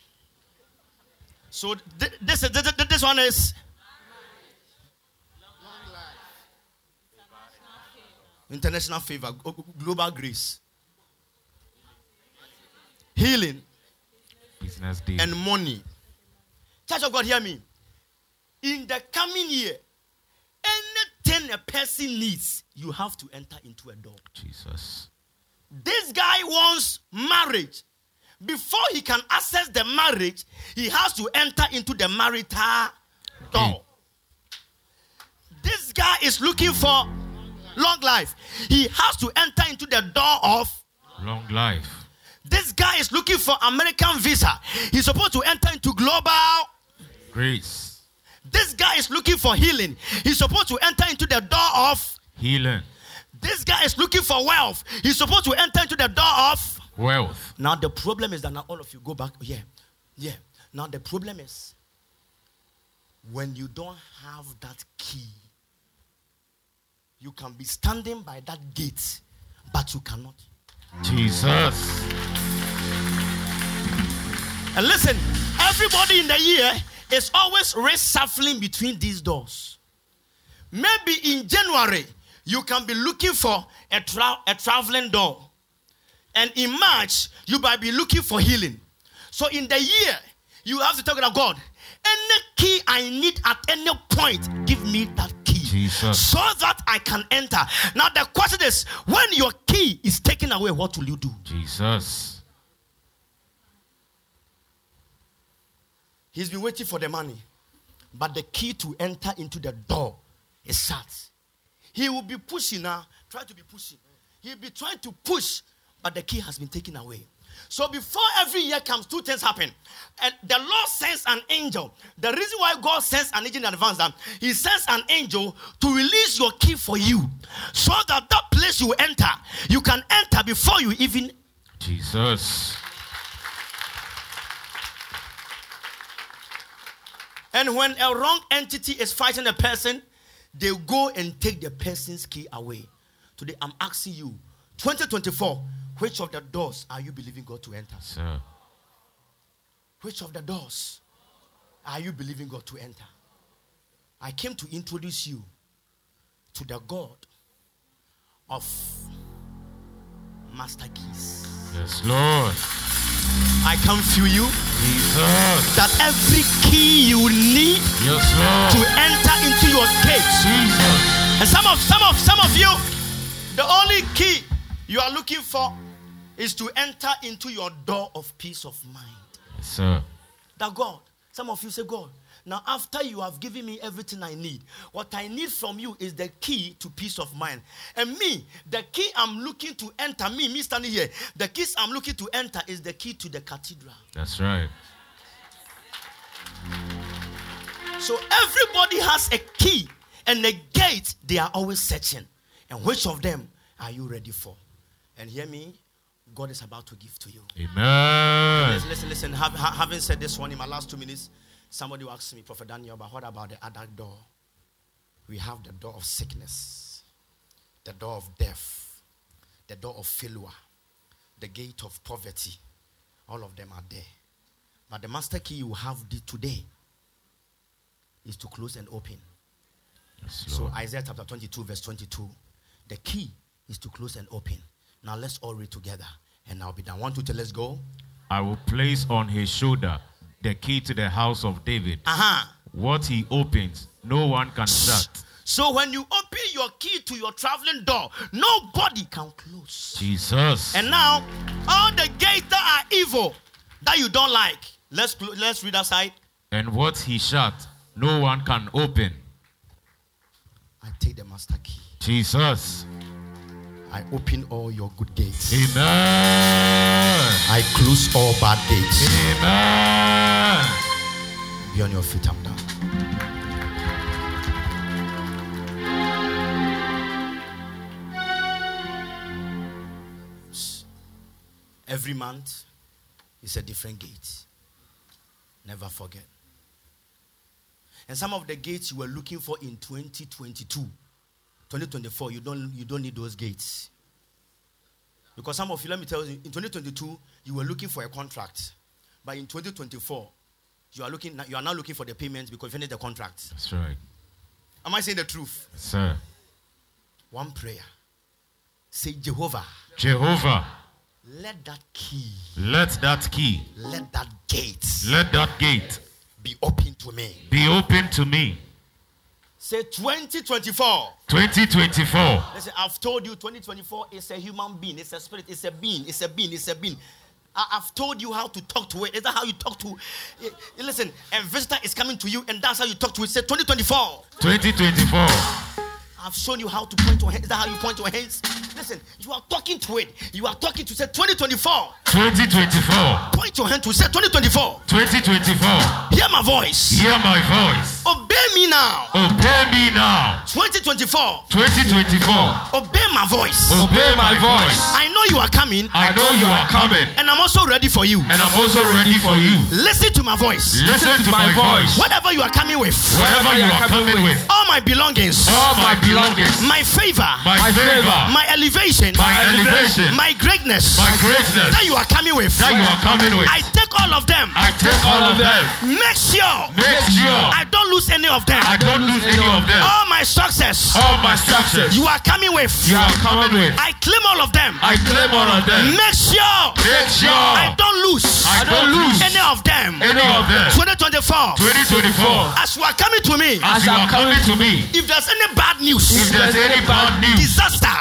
[SPEAKER 2] So th- this, is- this, this one is. International favor, glo- global grace, healing,
[SPEAKER 3] Business deal.
[SPEAKER 2] and money. Church of God, hear me. In the coming year, anything a person needs, you have to enter into a door.
[SPEAKER 3] Jesus.
[SPEAKER 2] This guy wants marriage. Before he can access the marriage, he has to enter into the marital door. This guy is looking for long life. He has to enter into the door of
[SPEAKER 3] Long life.
[SPEAKER 2] this guy is looking for American visa. He's supposed to enter into global.
[SPEAKER 3] Grace.
[SPEAKER 2] This guy is looking for healing. He's supposed to enter into the door of.
[SPEAKER 3] Healing.
[SPEAKER 2] This guy is looking for wealth. He's supposed to enter into the door of.
[SPEAKER 3] Wealth.
[SPEAKER 2] Now the problem is that now all of you go back. oh, Yeah, yeah. Now the problem is when you don't have that key, you can be standing by that gate, but you cannot.
[SPEAKER 3] Jesus.
[SPEAKER 2] And listen, everybody in the year is always reshuffling between these doors. Maybe in January, you can be looking for a, tra- a traveling door. And in March, you might be looking for healing. So in the year, you have to talk about God. Any key I need at any point, give me that key.
[SPEAKER 3] Jesus.
[SPEAKER 2] So that I can enter. Now the question is when your key is taken away, what will you do?
[SPEAKER 3] Jesus.
[SPEAKER 2] He's been waiting for the money. But the key to enter into the door is shut. He will be pushing now, try to be pushing. He'll be trying to push, but the key has been taken away. So before every year comes, two things happen. And the Lord sends an angel. The reason why God sends an angel in advance that He sends an angel to release your key for you, so that that place you enter, you can enter before you even
[SPEAKER 3] Jesus.
[SPEAKER 2] And when a wrong entity is fighting a person, they go and take the person's key away. Today, I'm asking you, 2024, which of the doors are you believing God to enter?
[SPEAKER 3] Sir.
[SPEAKER 2] Which of the doors are you believing God to enter? I came to introduce you to the God of master keys.
[SPEAKER 3] Yes, Lord.
[SPEAKER 2] I come to you
[SPEAKER 3] Jesus.
[SPEAKER 2] that every key you need
[SPEAKER 3] Yes,
[SPEAKER 2] to
[SPEAKER 3] Lord.
[SPEAKER 2] enter into your gates
[SPEAKER 3] Jesus.
[SPEAKER 2] And some of some of some of you, the only key you are looking for is to enter into your door of peace of mind.
[SPEAKER 3] Yes, sir.
[SPEAKER 2] That God, some of you say, God, now after you have given me everything I need, what I need from you is the key to peace of mind. And me, the key I'm looking to enter, me, me standing here, the keys I'm looking to enter is the key to the cathedral.
[SPEAKER 3] That's right.
[SPEAKER 2] So everybody has a key and a gate they are always searching. And which of them are you ready for? And hear me, God is about to give to you.
[SPEAKER 3] Amen.
[SPEAKER 2] Listen, listen, listen. Have, ha- having said this one in my last two minutes, somebody will ask me, Prophet Daniel, but what about the other door? We have the door of sickness, the door of death, the door of failure, the gate of poverty. All of them are there. But the master key you have the- today is to close and open.
[SPEAKER 3] Yes,
[SPEAKER 2] So
[SPEAKER 3] Lord.
[SPEAKER 2] Isaiah chapter 22, verse 22. The key is to close and open. Now let's all read together and I'll be done. One, two, three, let's go.
[SPEAKER 3] I will place on his shoulder the key to the house of David.
[SPEAKER 2] Aha.
[SPEAKER 3] What he opens, no one can shut.
[SPEAKER 2] So when you open your key to your traveling door, nobody can close.
[SPEAKER 3] Jesus.
[SPEAKER 2] And now, all the gates that are evil that you don't like, let's clo- let's read aside.
[SPEAKER 3] And what he shut, no one can open.
[SPEAKER 2] I take the master key.
[SPEAKER 3] Jesus.
[SPEAKER 2] I open all your good gates.
[SPEAKER 3] Amen.
[SPEAKER 2] I close all bad gates.
[SPEAKER 3] Amen.
[SPEAKER 2] Be on your feet up now. Every month is a different gate. Never forget. And some of the gates you were looking for in 2022, 2024, you don't, you don't need those gates. Because some of you, let me tell you, in 2022, you were looking for a contract. But in 2024, you are, looking, you are now looking for the payments because you finished the contract.
[SPEAKER 3] That's right.
[SPEAKER 2] Am I saying the truth?
[SPEAKER 3] Sir.
[SPEAKER 2] One prayer. Say, Jehovah,
[SPEAKER 3] Jehovah,
[SPEAKER 2] let that key,
[SPEAKER 3] let that key,
[SPEAKER 2] let that gate
[SPEAKER 3] let that gate
[SPEAKER 2] be open to me.
[SPEAKER 3] be open to me.
[SPEAKER 2] Say 2024.
[SPEAKER 3] 2024.
[SPEAKER 2] Listen, I've told you 2024 is a human being, it's a spirit, it's a being, it's a being, it's a being. I, have told you how to talk to it. Is that how you talk to it? Listen, a visitor is coming to you, and that's how you talk to it. Say 2024.
[SPEAKER 3] 2024.
[SPEAKER 2] I've shown you how to point your hands. Is that how you point your hands? Listen, you are talking to it. You are talking to say 2024.
[SPEAKER 3] 2024.
[SPEAKER 2] Point your hand to say 2024.
[SPEAKER 3] 2024.
[SPEAKER 2] Hear my voice.
[SPEAKER 3] Hear my voice.
[SPEAKER 2] Obey me now.
[SPEAKER 3] Obey me now.
[SPEAKER 2] 2024.
[SPEAKER 3] 2024.
[SPEAKER 2] Obey my voice.
[SPEAKER 3] Obey my voice.
[SPEAKER 2] I know you are coming,
[SPEAKER 3] I know you are coming,
[SPEAKER 2] and I'm also ready for you.
[SPEAKER 3] and I'm also ready for you.
[SPEAKER 2] Listen to my voice.
[SPEAKER 3] Listen to my voice.
[SPEAKER 2] Whatever you are coming with,
[SPEAKER 3] Wherever you are coming with,
[SPEAKER 2] all my belongings,
[SPEAKER 3] all my belongings,
[SPEAKER 2] my favor,
[SPEAKER 3] my favor,
[SPEAKER 2] my elevation,
[SPEAKER 3] my elevation,
[SPEAKER 2] my greatness
[SPEAKER 3] my greatness
[SPEAKER 2] that you are coming with,
[SPEAKER 3] that you are coming with.
[SPEAKER 2] I take all of them.
[SPEAKER 3] I take all of them.
[SPEAKER 2] Make sure
[SPEAKER 3] Make sure
[SPEAKER 2] I don't lose any of them.
[SPEAKER 3] I don't lose any of them.
[SPEAKER 2] All my success
[SPEAKER 3] All my success
[SPEAKER 2] you are coming with,
[SPEAKER 3] you are coming with.
[SPEAKER 2] I claim all of them.
[SPEAKER 3] I claim all of them.
[SPEAKER 2] Make sure
[SPEAKER 3] Make sure
[SPEAKER 2] I
[SPEAKER 3] I
[SPEAKER 2] don't lose
[SPEAKER 3] don't lose
[SPEAKER 2] any of them.
[SPEAKER 3] any of them.
[SPEAKER 2] 2024,
[SPEAKER 3] 2024.
[SPEAKER 2] as you are coming to me,
[SPEAKER 3] As you are coming to me,
[SPEAKER 2] if there's any bad
[SPEAKER 3] if
[SPEAKER 2] news,
[SPEAKER 3] there's any bad news,
[SPEAKER 2] disaster,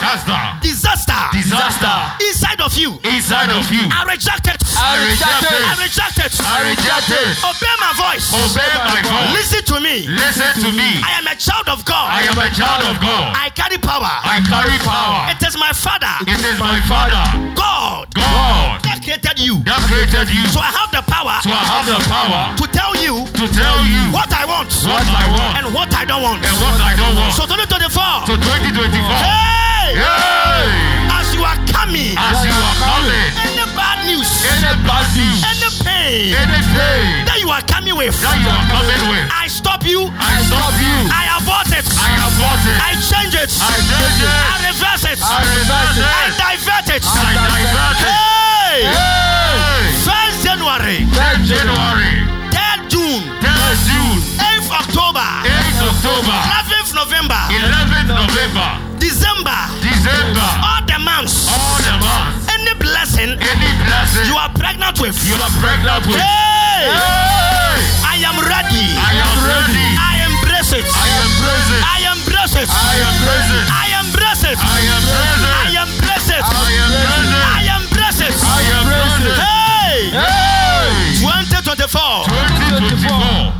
[SPEAKER 3] that's the
[SPEAKER 2] disaster
[SPEAKER 3] disaster
[SPEAKER 2] inside of you,
[SPEAKER 3] inside of you.
[SPEAKER 2] I reject it.
[SPEAKER 3] I reject
[SPEAKER 2] I
[SPEAKER 3] it.
[SPEAKER 2] reject it.
[SPEAKER 3] I reject it.
[SPEAKER 2] Obey my voice.
[SPEAKER 3] Obey my voice.
[SPEAKER 2] Listen to me.
[SPEAKER 3] Listen to me.
[SPEAKER 2] I am a child of
[SPEAKER 3] I
[SPEAKER 2] God.
[SPEAKER 3] am a child of God.
[SPEAKER 2] I carry power.
[SPEAKER 3] I carry power.
[SPEAKER 2] It is my Father,
[SPEAKER 3] It is my Father,
[SPEAKER 2] God,
[SPEAKER 3] God,
[SPEAKER 2] that created you.
[SPEAKER 3] that created you.
[SPEAKER 2] So I have the power
[SPEAKER 3] So I have the power
[SPEAKER 2] to tell you
[SPEAKER 3] to tell you
[SPEAKER 2] what I want
[SPEAKER 3] what I want
[SPEAKER 2] and what I don't want.
[SPEAKER 3] and what I don't want.
[SPEAKER 2] So 2024,
[SPEAKER 3] So 2024.
[SPEAKER 2] hey,
[SPEAKER 3] Yay!
[SPEAKER 2] as you are coming,
[SPEAKER 3] As you are coming,
[SPEAKER 2] any bad news,
[SPEAKER 3] any bad news,
[SPEAKER 2] any pain
[SPEAKER 3] any pain
[SPEAKER 2] that you are coming with,
[SPEAKER 3] that you are coming with,
[SPEAKER 2] I stop you,
[SPEAKER 3] I stop you.
[SPEAKER 2] I abort it,
[SPEAKER 3] I abort it.
[SPEAKER 2] I change it,
[SPEAKER 3] I change it.
[SPEAKER 2] I reverse it,
[SPEAKER 3] I reverse
[SPEAKER 2] I
[SPEAKER 3] it.
[SPEAKER 2] divert it.
[SPEAKER 3] I divert it.
[SPEAKER 2] Hey!
[SPEAKER 3] Yay!
[SPEAKER 2] 1st January,
[SPEAKER 3] 10th January,
[SPEAKER 2] 3rd June,
[SPEAKER 3] 10th June,
[SPEAKER 2] 8th October,
[SPEAKER 3] 8th October,
[SPEAKER 2] 11th November,
[SPEAKER 3] 11th November,
[SPEAKER 2] December,
[SPEAKER 3] December.
[SPEAKER 2] all the months,
[SPEAKER 3] all the months,
[SPEAKER 2] any blessing
[SPEAKER 3] any blessing
[SPEAKER 2] you are pregnant with.
[SPEAKER 3] you are pregnant with.
[SPEAKER 2] Hey!
[SPEAKER 3] Hey!
[SPEAKER 2] I am ready.
[SPEAKER 3] I am ready.
[SPEAKER 2] I embrace it.
[SPEAKER 3] I am present.
[SPEAKER 2] I embrace it.
[SPEAKER 3] I am present.
[SPEAKER 2] I embrace it.
[SPEAKER 3] I am
[SPEAKER 2] I
[SPEAKER 3] present.
[SPEAKER 2] embrace it.
[SPEAKER 3] I am
[SPEAKER 2] I embrace
[SPEAKER 3] present.
[SPEAKER 2] it.
[SPEAKER 3] I am present.
[SPEAKER 2] Hey!
[SPEAKER 3] Hey!
[SPEAKER 2] 2024,
[SPEAKER 3] 2024.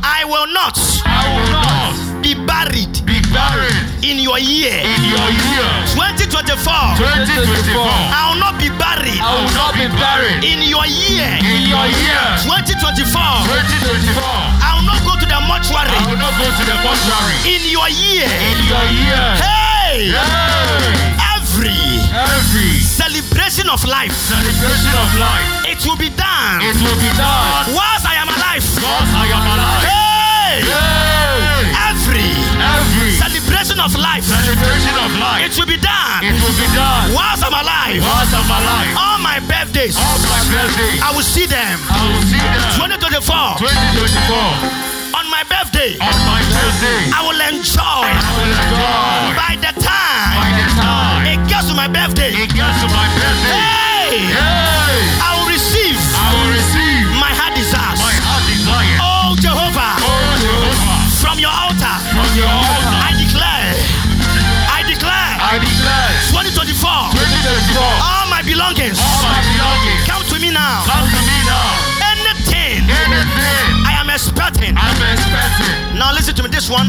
[SPEAKER 2] I will not
[SPEAKER 3] I will not
[SPEAKER 2] be buried
[SPEAKER 3] be buried
[SPEAKER 2] in your year.
[SPEAKER 3] in your year.
[SPEAKER 2] 2024,
[SPEAKER 3] 2024. I
[SPEAKER 2] I will not be buried
[SPEAKER 3] will not be buried
[SPEAKER 2] in your year.
[SPEAKER 3] in your year.
[SPEAKER 2] 2024,
[SPEAKER 3] 2024.
[SPEAKER 2] I will not go to the
[SPEAKER 3] I
[SPEAKER 2] mortuary
[SPEAKER 3] will not go to the mortuary
[SPEAKER 2] in your year.
[SPEAKER 3] in your year.
[SPEAKER 2] Hey!
[SPEAKER 3] Hey!
[SPEAKER 2] Every
[SPEAKER 3] Every
[SPEAKER 2] celebration of life,
[SPEAKER 3] celebration of life.
[SPEAKER 2] it will be done
[SPEAKER 3] It will be done.
[SPEAKER 2] whilst I am alive.
[SPEAKER 3] Because I am alive.
[SPEAKER 2] Hey!
[SPEAKER 3] Yay!
[SPEAKER 2] Every
[SPEAKER 3] Every
[SPEAKER 2] celebration of life,
[SPEAKER 3] celebration of life.
[SPEAKER 2] it will be
[SPEAKER 3] It
[SPEAKER 2] done
[SPEAKER 3] will be done.
[SPEAKER 2] whilst I'm alive.
[SPEAKER 3] Because I'm alive.
[SPEAKER 2] All my birthdays,
[SPEAKER 3] All my birthday.
[SPEAKER 2] I will see them.
[SPEAKER 3] I will see them.
[SPEAKER 2] 2024,
[SPEAKER 3] 2024.
[SPEAKER 2] on my birthday,
[SPEAKER 3] On my birthday.
[SPEAKER 2] I will enjoy.
[SPEAKER 3] I will enjoy.
[SPEAKER 2] By the time
[SPEAKER 3] By the time
[SPEAKER 2] it gets to my birthday,
[SPEAKER 3] it gets to my birthday.
[SPEAKER 2] hey!
[SPEAKER 3] Hey!
[SPEAKER 2] I will receive
[SPEAKER 3] I will receive
[SPEAKER 2] my heart
[SPEAKER 3] my
[SPEAKER 2] desires.
[SPEAKER 3] heart desire.
[SPEAKER 2] Oh, Jehovah,
[SPEAKER 3] Oh, Jehovah.
[SPEAKER 2] from your altar.
[SPEAKER 3] From your altar.
[SPEAKER 2] I declare, I declare,
[SPEAKER 3] I declare.
[SPEAKER 2] 2024,
[SPEAKER 3] 2024.
[SPEAKER 2] all my belongings
[SPEAKER 3] All my belongings.
[SPEAKER 2] come to me now.
[SPEAKER 3] Come to me now.
[SPEAKER 2] Anything
[SPEAKER 3] Anything.
[SPEAKER 2] I am expecting.
[SPEAKER 3] I'm expecting.
[SPEAKER 2] Now listen to me, this one,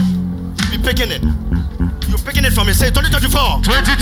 [SPEAKER 2] be picking it. You picking it from me. Say 2024.
[SPEAKER 3] 2024.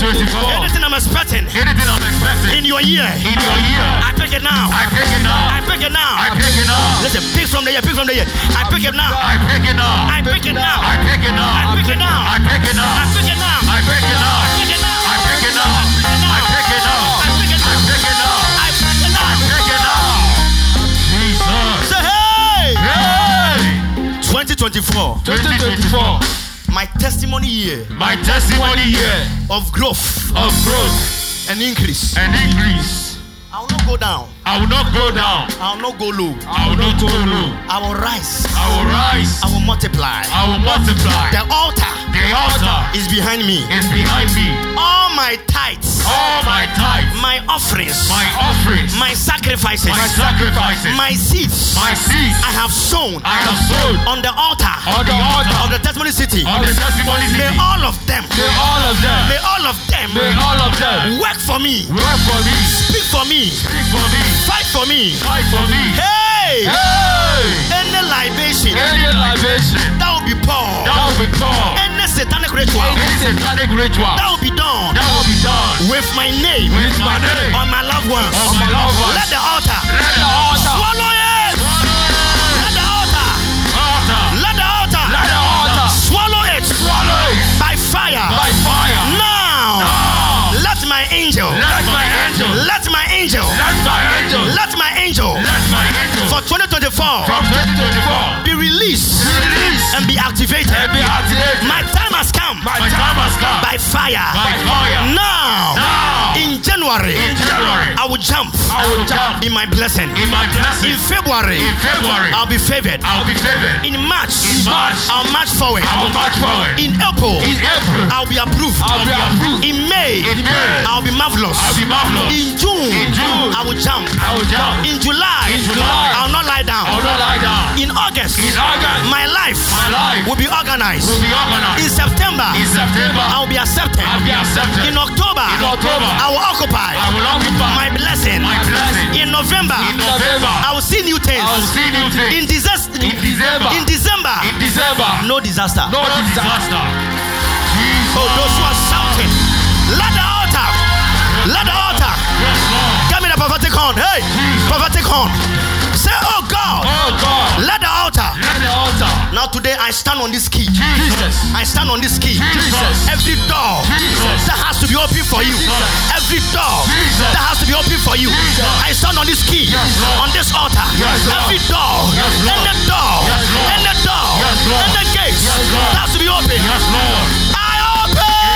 [SPEAKER 2] Anything I'm expecting
[SPEAKER 3] Anything I'm expecting
[SPEAKER 2] in your year,
[SPEAKER 3] in your year,
[SPEAKER 2] I pick it now.
[SPEAKER 3] I pick it
[SPEAKER 2] I
[SPEAKER 3] up.
[SPEAKER 2] pick it
[SPEAKER 3] I
[SPEAKER 2] now.
[SPEAKER 3] pick it up.
[SPEAKER 2] Listen, pick from the year, pick from the year. I pick it now.
[SPEAKER 3] I pick it up.
[SPEAKER 2] I pick it now.
[SPEAKER 3] I pick it up.
[SPEAKER 2] I pick it now.
[SPEAKER 3] I pick it
[SPEAKER 2] I
[SPEAKER 3] up.
[SPEAKER 2] pick it now.
[SPEAKER 3] I pick it up.
[SPEAKER 2] I pick it now.
[SPEAKER 3] I pick it up. I pick it up.
[SPEAKER 2] I pick it now.
[SPEAKER 3] I
[SPEAKER 2] I pick it now.
[SPEAKER 3] pick it up. I pick it up. Jesus.
[SPEAKER 2] Say hey!
[SPEAKER 3] Hey!
[SPEAKER 2] 2024,
[SPEAKER 3] 2024.
[SPEAKER 2] my testimony year
[SPEAKER 3] My testimony year
[SPEAKER 2] of growth
[SPEAKER 3] of growth
[SPEAKER 2] and increase.
[SPEAKER 3] and increase.
[SPEAKER 2] I will not go down.
[SPEAKER 3] I will not go down.
[SPEAKER 2] I will not go low.
[SPEAKER 3] I will not go low.
[SPEAKER 2] I will rise.
[SPEAKER 3] I will rise.
[SPEAKER 2] I will multiply.
[SPEAKER 3] I will multiply.
[SPEAKER 2] The altar
[SPEAKER 3] The altar
[SPEAKER 2] is behind me.
[SPEAKER 3] is behind me.
[SPEAKER 2] All my tithes,
[SPEAKER 3] All my tithes,
[SPEAKER 2] my offerings,
[SPEAKER 3] my offerings,
[SPEAKER 2] my sacrifices,
[SPEAKER 3] my sacrifices,
[SPEAKER 2] my seeds
[SPEAKER 3] my seeds
[SPEAKER 2] I have sown
[SPEAKER 3] I have sown
[SPEAKER 2] on the altar
[SPEAKER 3] on the
[SPEAKER 2] of the
[SPEAKER 3] altar
[SPEAKER 2] testimony city.
[SPEAKER 3] of the testimony
[SPEAKER 2] May
[SPEAKER 3] city.
[SPEAKER 2] all of them,
[SPEAKER 3] May all of them,
[SPEAKER 2] may all of
[SPEAKER 3] may
[SPEAKER 2] them
[SPEAKER 3] all of them
[SPEAKER 2] work for me,
[SPEAKER 3] work for me,
[SPEAKER 2] speak for me,
[SPEAKER 3] speak for me,
[SPEAKER 2] fight for me.
[SPEAKER 3] fight for me.
[SPEAKER 2] Hey!
[SPEAKER 3] Hey!
[SPEAKER 2] Any libation
[SPEAKER 3] Any libation
[SPEAKER 2] that will be poured,
[SPEAKER 3] that will be called
[SPEAKER 2] any satanic ritual
[SPEAKER 3] any satanic ritual
[SPEAKER 2] that will be done
[SPEAKER 3] that will be done
[SPEAKER 2] with my name
[SPEAKER 3] with my name
[SPEAKER 2] on my loved ones,
[SPEAKER 3] on my loved
[SPEAKER 2] let
[SPEAKER 3] ones.
[SPEAKER 2] the altar
[SPEAKER 3] Let the altar,
[SPEAKER 2] swallow it! Let the altar,
[SPEAKER 3] altar,
[SPEAKER 2] let the altar,
[SPEAKER 3] let the altar
[SPEAKER 2] swallow it
[SPEAKER 3] swallow it
[SPEAKER 2] by fire.
[SPEAKER 3] by fire.
[SPEAKER 2] Now,
[SPEAKER 3] Oh,
[SPEAKER 2] let my angel,
[SPEAKER 3] let my angel,
[SPEAKER 2] let my angel,
[SPEAKER 3] let my angel,
[SPEAKER 2] let my angel
[SPEAKER 3] let my angel
[SPEAKER 2] for 2024
[SPEAKER 3] from 2024
[SPEAKER 2] be released
[SPEAKER 3] be released
[SPEAKER 2] and be activated.
[SPEAKER 3] and be activated.
[SPEAKER 2] My time has come
[SPEAKER 3] My time has come
[SPEAKER 2] by fire.
[SPEAKER 3] by fire.
[SPEAKER 2] Now,
[SPEAKER 3] Now,
[SPEAKER 2] in January,
[SPEAKER 3] in January,
[SPEAKER 2] I will jump
[SPEAKER 3] I will jump
[SPEAKER 2] in my blessing.
[SPEAKER 3] in my
[SPEAKER 2] In
[SPEAKER 3] blessing.
[SPEAKER 2] February,
[SPEAKER 3] In February,
[SPEAKER 2] I'll be favored.
[SPEAKER 3] I'll be favored.
[SPEAKER 2] In March,
[SPEAKER 3] In March,
[SPEAKER 2] I'll march forward.
[SPEAKER 3] I will march forward.
[SPEAKER 2] In April,
[SPEAKER 3] In April,
[SPEAKER 2] I'll be approved.
[SPEAKER 3] I'll be approved.
[SPEAKER 2] In May,
[SPEAKER 3] In May,
[SPEAKER 2] I'll be marvelous.
[SPEAKER 3] I'll be marvelous.
[SPEAKER 2] In June,
[SPEAKER 3] In June,
[SPEAKER 2] I will jump.
[SPEAKER 3] I will jump.
[SPEAKER 2] In July,
[SPEAKER 3] In July,
[SPEAKER 2] I'll not lie down.
[SPEAKER 3] I will not lie down.
[SPEAKER 2] In August,
[SPEAKER 3] In August,
[SPEAKER 2] my life
[SPEAKER 3] my life
[SPEAKER 2] will be organized.
[SPEAKER 3] will be
[SPEAKER 2] In
[SPEAKER 3] organized.
[SPEAKER 2] September,
[SPEAKER 3] In September,
[SPEAKER 2] I'll be accepted.
[SPEAKER 3] I'll be accepted.
[SPEAKER 2] In October,
[SPEAKER 3] In October,
[SPEAKER 2] I will occupy
[SPEAKER 3] I will
[SPEAKER 2] my
[SPEAKER 3] occupy
[SPEAKER 2] blessing.
[SPEAKER 3] my blessing.
[SPEAKER 2] In November,
[SPEAKER 3] In November,
[SPEAKER 2] I will see new things.
[SPEAKER 3] I will see new things.
[SPEAKER 2] In disaster,
[SPEAKER 3] In December,
[SPEAKER 2] in December,
[SPEAKER 3] in December,
[SPEAKER 2] no disaster.
[SPEAKER 3] no disaster. Jesus,
[SPEAKER 2] Oh, those who are shouting, let the altar, let the altar.
[SPEAKER 3] yes, Lord.
[SPEAKER 2] Give me the prophetic horn. Hey, prophetic horn. Say, oh God,
[SPEAKER 3] Oh God,
[SPEAKER 2] let the altar.
[SPEAKER 3] let the altar.
[SPEAKER 2] Now today I stand on this key.
[SPEAKER 3] Jesus,
[SPEAKER 2] I stand on this key.
[SPEAKER 3] Jesus,
[SPEAKER 2] Every door
[SPEAKER 3] Jesus,
[SPEAKER 2] that has to be open for you. Every door
[SPEAKER 3] Jesus.
[SPEAKER 2] that has to be open for you. I stand on this key,
[SPEAKER 3] Yes, Lord.
[SPEAKER 2] on this altar.
[SPEAKER 3] Yes, Lord.
[SPEAKER 2] Every door,
[SPEAKER 3] Yes, Lord.
[SPEAKER 2] any door,
[SPEAKER 3] Yes, Lord.
[SPEAKER 2] any door,
[SPEAKER 3] Yes, Lord.
[SPEAKER 2] any gate
[SPEAKER 3] Yes, Lord.
[SPEAKER 2] that has to be open.
[SPEAKER 3] yes, Lord.
[SPEAKER 2] I open.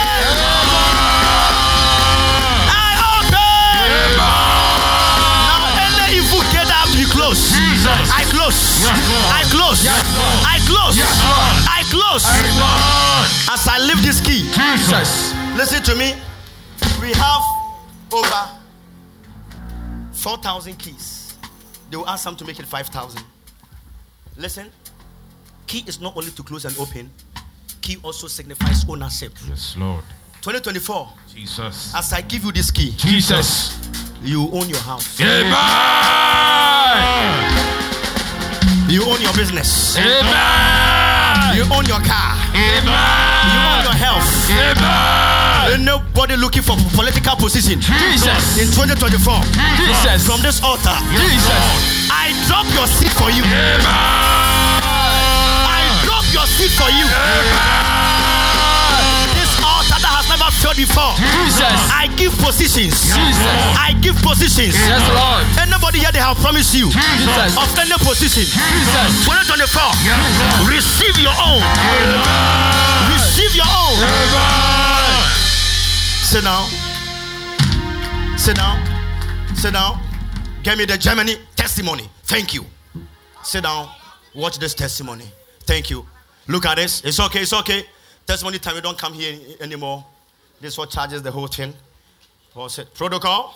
[SPEAKER 2] I open. Now any evil gate that have to be closed.
[SPEAKER 3] Jesus,
[SPEAKER 2] I close.
[SPEAKER 3] Yes,
[SPEAKER 2] I
[SPEAKER 3] Lord.
[SPEAKER 2] close.
[SPEAKER 3] Yes, Lord.
[SPEAKER 2] I close.
[SPEAKER 3] Yes, Lord.
[SPEAKER 2] I close.
[SPEAKER 3] yes,
[SPEAKER 2] As I leave this key,
[SPEAKER 3] Lord. Jesus,
[SPEAKER 2] listen to me. We have over 4,000 keys. They will ask some to make it 5,000. Listen, key is not only to close and open, key also signifies ownership.
[SPEAKER 3] yes, Lord.
[SPEAKER 2] 2024,
[SPEAKER 3] Jesus,
[SPEAKER 2] as I give you this key,
[SPEAKER 3] Jesus.
[SPEAKER 2] you own your house,
[SPEAKER 3] Amen.
[SPEAKER 2] you own your business,
[SPEAKER 3] Amen.
[SPEAKER 2] you own your car, you own your
[SPEAKER 3] Amen.
[SPEAKER 2] health.
[SPEAKER 3] Amen.
[SPEAKER 2] Anybody looking for political position in
[SPEAKER 3] Jesus.
[SPEAKER 2] 2024
[SPEAKER 3] Jesus.
[SPEAKER 2] from this altar,
[SPEAKER 3] Jesus.
[SPEAKER 2] I drop your seat for you. I drop your seat for you. This altar that has never failed before,
[SPEAKER 3] Jesus.
[SPEAKER 2] I give positions.
[SPEAKER 3] Jesus.
[SPEAKER 2] I give positions.
[SPEAKER 3] Yes, Lord.
[SPEAKER 2] Anybody here, they have promised you
[SPEAKER 3] Jesus.
[SPEAKER 2] of any position.
[SPEAKER 3] Jesus.
[SPEAKER 2] 2024, receive your own. Receive your own. Sit down. Sit down. Sit down. Give me the Germany testimony. Thank you. Sit down. Watch this testimony. Thank you. Look at this. It's okay. It's okay. Testimony time. You don't come here anymore. This what charges the whole thing. What's it? Protocol.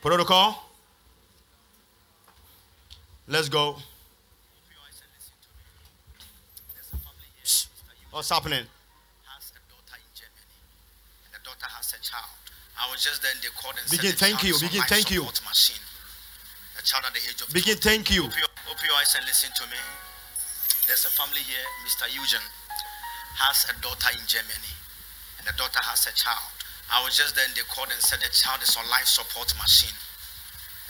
[SPEAKER 2] Protocol. Let's go. Shh. What's happening?
[SPEAKER 4] has a daughter in Germany. The daughter has a child. I was just then they called and
[SPEAKER 2] Begin,
[SPEAKER 4] said the
[SPEAKER 2] thank
[SPEAKER 4] child
[SPEAKER 2] you,
[SPEAKER 4] is on
[SPEAKER 2] begin,
[SPEAKER 4] life
[SPEAKER 2] thank you.
[SPEAKER 4] support Machine. The child at the age of
[SPEAKER 2] Begin.
[SPEAKER 4] two.
[SPEAKER 2] Thank you.
[SPEAKER 4] Open your, open your eyes and listen to me. There's a family here. Mr. Eugen has a daughter in Germany. The daughter has a child. I was just then they called and said the child is on life support machine.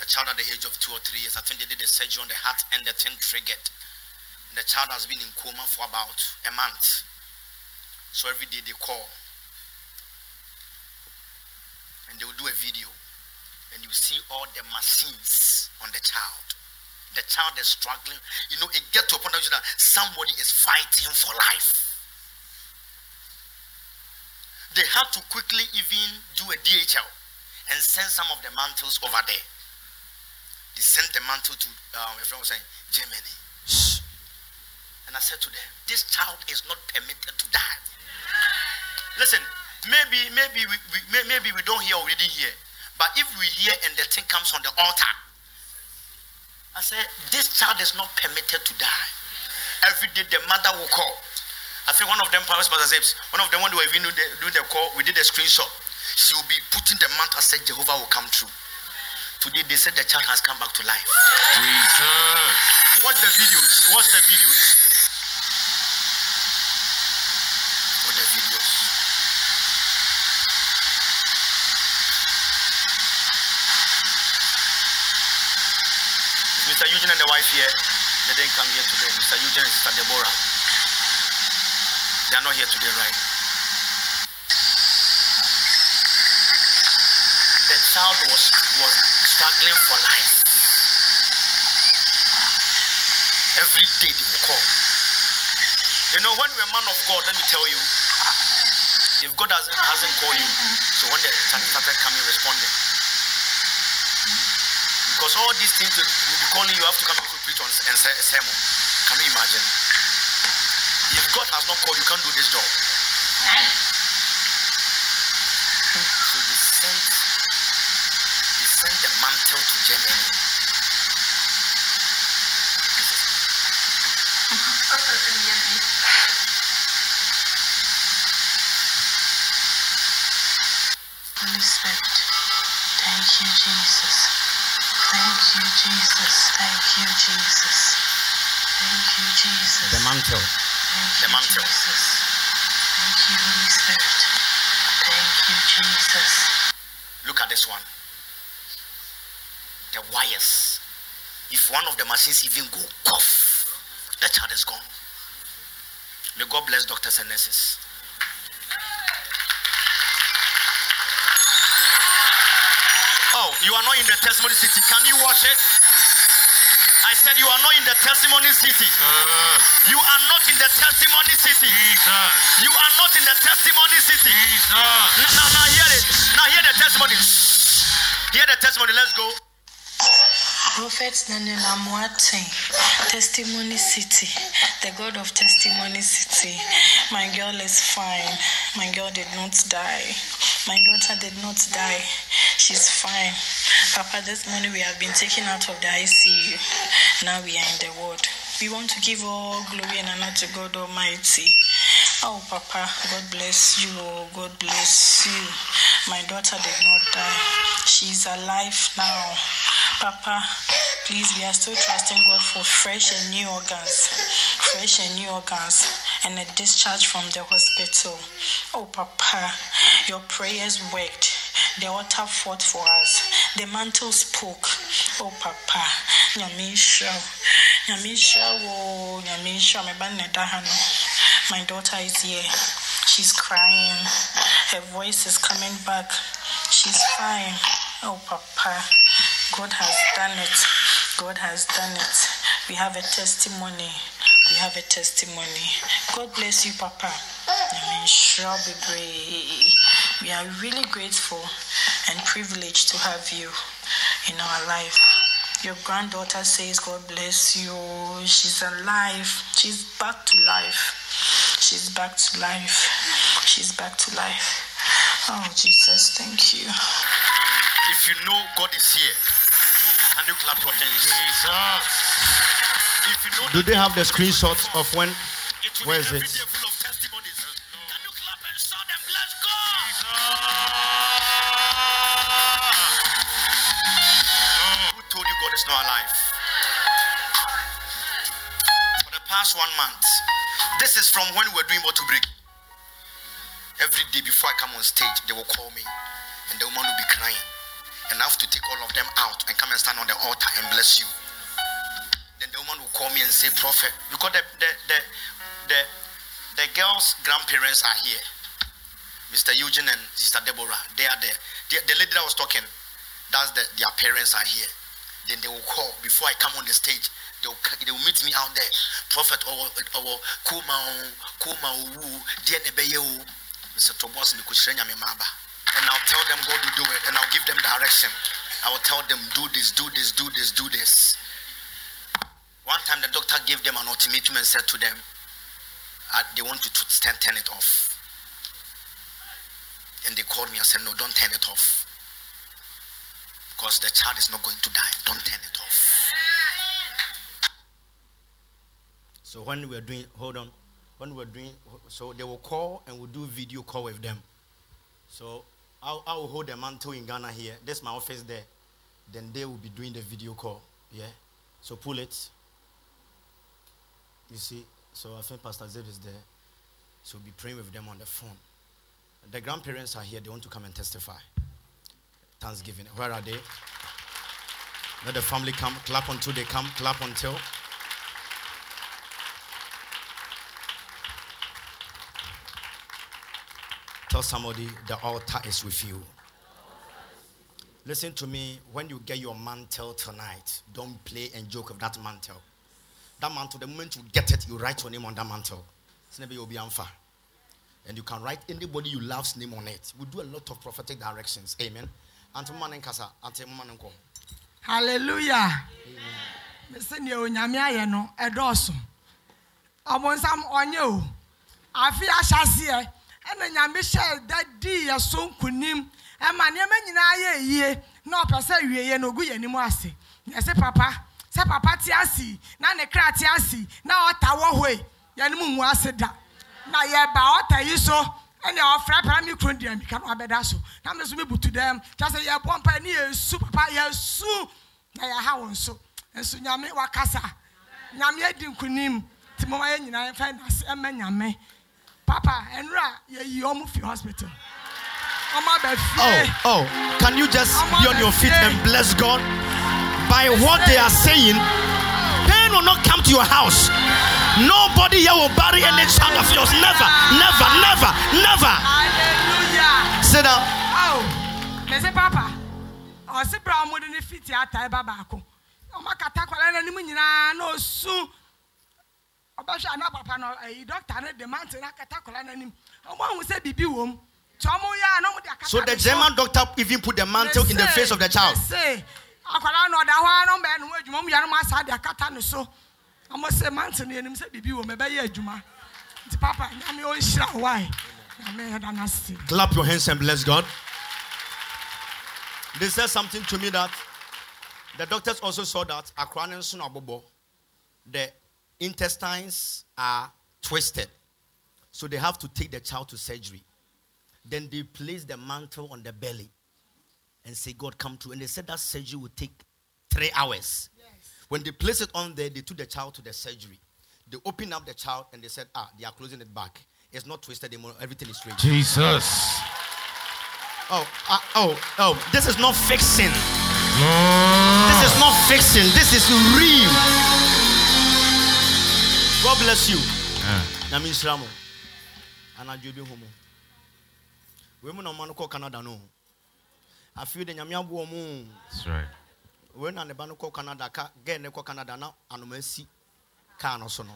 [SPEAKER 4] The child at the age of two or three years, I think they did a surgery on the heart and the thing triggered. And the child has been in coma for about a month. So every day they call and they will do a video and you see all the machines on the child. The child is struggling. You know, it gets to a point that you know, somebody is fighting for life. They had to quickly even do a DHL and send some of the mantles over there. They sent the mantle to, um, everyone was saying, Germany. And I said to them, this child is not permitted to die. Listen, maybe, maybe, we, we, may- maybe we don't hear or we didn't hear. But if we hear and the thing comes on the altar, I said, this child is not permitted to die. Every day the mother will call. I think one of them, Pastor Zebs, one of them, when they were even doing the, doing the call, we did a screenshot. She will be putting the mantle, I said, Jehovah will come through. Today they said the child has come back to life.
[SPEAKER 3] Jesus.
[SPEAKER 4] Watch the videos. Watch the videos. Watch the videos. Is Mr. Eugene and the wife here? They didn't come here today. Mr. Eugene and Sister Deborah. They are not here today, right? The child was was struggling for life. every day they will call. You know, when you're a man of God, let me tell you, if God hasn't, hasn't called you, so when the time started coming, responding. Because all these things will will be calling you, have to come and preach on and say a sermon. Can you imagine? If God has not called you, can't do this job. So they sent, they sent the mantle to Germany.
[SPEAKER 5] Holy Spirit, thank you, Jesus. Thank you, Jesus. Thank you, Jesus. Thank you, Jesus.
[SPEAKER 2] The mantle.
[SPEAKER 5] Thank
[SPEAKER 4] The
[SPEAKER 5] you,
[SPEAKER 4] mantle.
[SPEAKER 5] Jesus. Thank you, Holy Spirit. Thank you, Jesus.
[SPEAKER 4] Look at this one. The wires. If one of the machines even go cough, the child is gone. May God bless doctors and nurses. Oh, you are not in the testimony city. Can you watch it? I said you are not in the testimony city.
[SPEAKER 3] Jesus.
[SPEAKER 4] You are not in the testimony city.
[SPEAKER 3] Jesus.
[SPEAKER 4] You are not in the testimony city.
[SPEAKER 3] Jesus.
[SPEAKER 4] Now, now, now hear it. Now hear the testimony. Hear the testimony. Let's go.
[SPEAKER 5] Prophet Nanela Muate, Testimony City, the God of Testimony City. My girl is fine. My girl did not die. My daughter did not die. She's fine. Papa, this morning we have been taken out of the ICU. Now we are in the ward. We want to give all glory and honor to God Almighty. Oh, Papa, God bless you. Oh, God bless you. My daughter did not die. She's alive now. Papa, please, we are still trusting God for fresh and new organs. Fresh and new organs. And a discharge from the hospital. Oh, Papa, your prayers worked. The altar fought for us. The mantle spoke. Oh, Papa. Nyamisha. Nyamisha. Oh, Nyamisha. My daughter is here. She's crying. Her voice is coming back. She's fine. Oh, Papa. God has done it. God has done it. We have a testimony. We have a testimony. God bless you, Papa. Nyamisha bebree. We are really grateful and privileged to have you in our life. Your granddaughter says, God bless you. She's alive. She's back to life. She's back to life. She's back to life. Oh, Jesus, thank you.
[SPEAKER 4] If you know God is here, can you clap your hands?
[SPEAKER 3] Jesus.
[SPEAKER 4] If you know
[SPEAKER 2] Do they have the screenshots of when?
[SPEAKER 4] it will
[SPEAKER 2] where
[SPEAKER 4] be
[SPEAKER 2] is
[SPEAKER 4] every
[SPEAKER 2] it?
[SPEAKER 4] day full of testimonies. Can you clap and shout and bless God? Who told you God is not alive? For the past one month, this is from when we were doing water break. A Every day before I come on stage, they will call me, and the woman will be crying. And I have to take all of them out and come and stand on the altar and bless you. Then the woman will call me and say, Prophet, because the the the the, the girl's grandparents are here. Mr. Eugene and Sister Deborah, they are there. The, the lady that was talking, that's the, their parents are here. Then they will call before I come on the stage. They will, c- they will meet me out there. Prophet or or kuma kuma wu dienebeyeu. Mr. Tobos Nikushrenya Memaba. And I'll tell them go to do it. And I'll give them direction. I will tell them do this, do this, do this, do this. One time the doctor gave them an ultimatum and said to them, uh, they want you to turn, turn it off. And they called me and said, No, don't turn it off. Because the child is not going to die. Don't turn it off.
[SPEAKER 2] So when we are doing, hold on, when we are doing, so they will call and we'll do video call with them. So I'll, I'll hold the mantle in Ghana here. That's my office there. Then they will be doing the video call. Yeah. So pull it. You see. So I think Pastor Zev is there. So we'll be praying with them on the phone. The grandparents are here. They want to come and testify. Thanksgiving. Where are they? Let the family come. Clap until they come. Clap until. Tell somebody the altar is with you. Listen to me. When you get your mantle tonight, don't play and joke with that mantle. That mantle, the moment you get it, you write your name on that mantle. It's never you'll be unfair. And you can write anybody you love's name on it. We do a lot of prophetic directions. Amen. Auntie Mama Nkasa, Auntie Mama Nko.
[SPEAKER 6] hallelujah mesi nea onyame ayɛ no ɛdɔɔso ɔbonsam ɔnyɛ o afe ahyɛseɛ ɛna nyame hyɛ da dii yɛ so nkonim ɛma nneɛma nyinaa yɛ yie na ɔpɛ sɛ wieɛ na ogu yɛ anim ase na ɛsɛ papa sɛ papa te ase yi, na ne kra te ase yi, na ɔta wɔ hɔ yi yɛne mu ngu ase da na yɛba ɔta yi so ɛne ɔfrɛpra me kuro deɛ mika na wabɛda so na me so mebutu dɛm kyɛ sɛ yɛbɔ mpa ne yɛsu papa yɛsu na yɛha wo nso nso nyame wakasa nyame adi nkonim nti moma yɛ nyinaa yɛmfa nase ɛma nyame papa ɛnora yɛyi ɔmo fi hospital ɔma bɛfie
[SPEAKER 2] Oh, oh, can you just be on your feet and bless God? By Oh, what they are saying, pain will not come to your house. Nobody here will bury any child of yours. Never, never, never, never.
[SPEAKER 6] hallelujah Oh,
[SPEAKER 2] Sit down.
[SPEAKER 6] mese papa ɔse berɛ a ɔmode ne fiti atae ba baako ɔmakata kwala no anim nyinaa na ɔsu ɔbɛhwɛ ana papa no ayi dɔkta no de mante no akata kwala no anim ɔmahu sɛ biribi wɔ m nti ɔmoyɛ a na ɔmode akata
[SPEAKER 2] So the
[SPEAKER 6] ne so.
[SPEAKER 2] German doctor even put the mantle in the
[SPEAKER 6] They
[SPEAKER 2] face of the
[SPEAKER 6] say-
[SPEAKER 2] child.
[SPEAKER 6] they say, akwara no ɔda hɔ a na ɔmbɛyɛ ne ho adwuma ɔmyɛ no masa de akata ne so ɔmo sɛ mante no anim sɛ biribi wɔ m ɛbɛyɛ adwuma nti papa nyame ɔnhyira wo ae nyame ɛda no ase
[SPEAKER 2] Clap your hands and bless God. They said something to me that the doctors also saw that Akran and Sunabobo, the intestines are twisted. So they have to take the child to surgery. Then they place the mantle on the belly and say, God, come through. And they said that surgery would take three hours. When they place it on there, they took the child to the surgery. They opened up the child and they said, Ah, they are closing it back. It's not twisted anymore. Everything is straight.
[SPEAKER 3] Jesus.
[SPEAKER 2] Oh, uh, oh, oh, this is not fiction. This
[SPEAKER 3] Lord.
[SPEAKER 2] is not fiction. This is real. God bless you. Na mi nsira mo. Anadwo bi ho mo. Wei mu na ɔma no kɔ Canada no. Afei de nyame aboɔ mu.
[SPEAKER 3] That's right.
[SPEAKER 2] Wei na ne ba no kɔ Canada ka gɛɛ ne kɔ Canada na anoma si kaa no so no.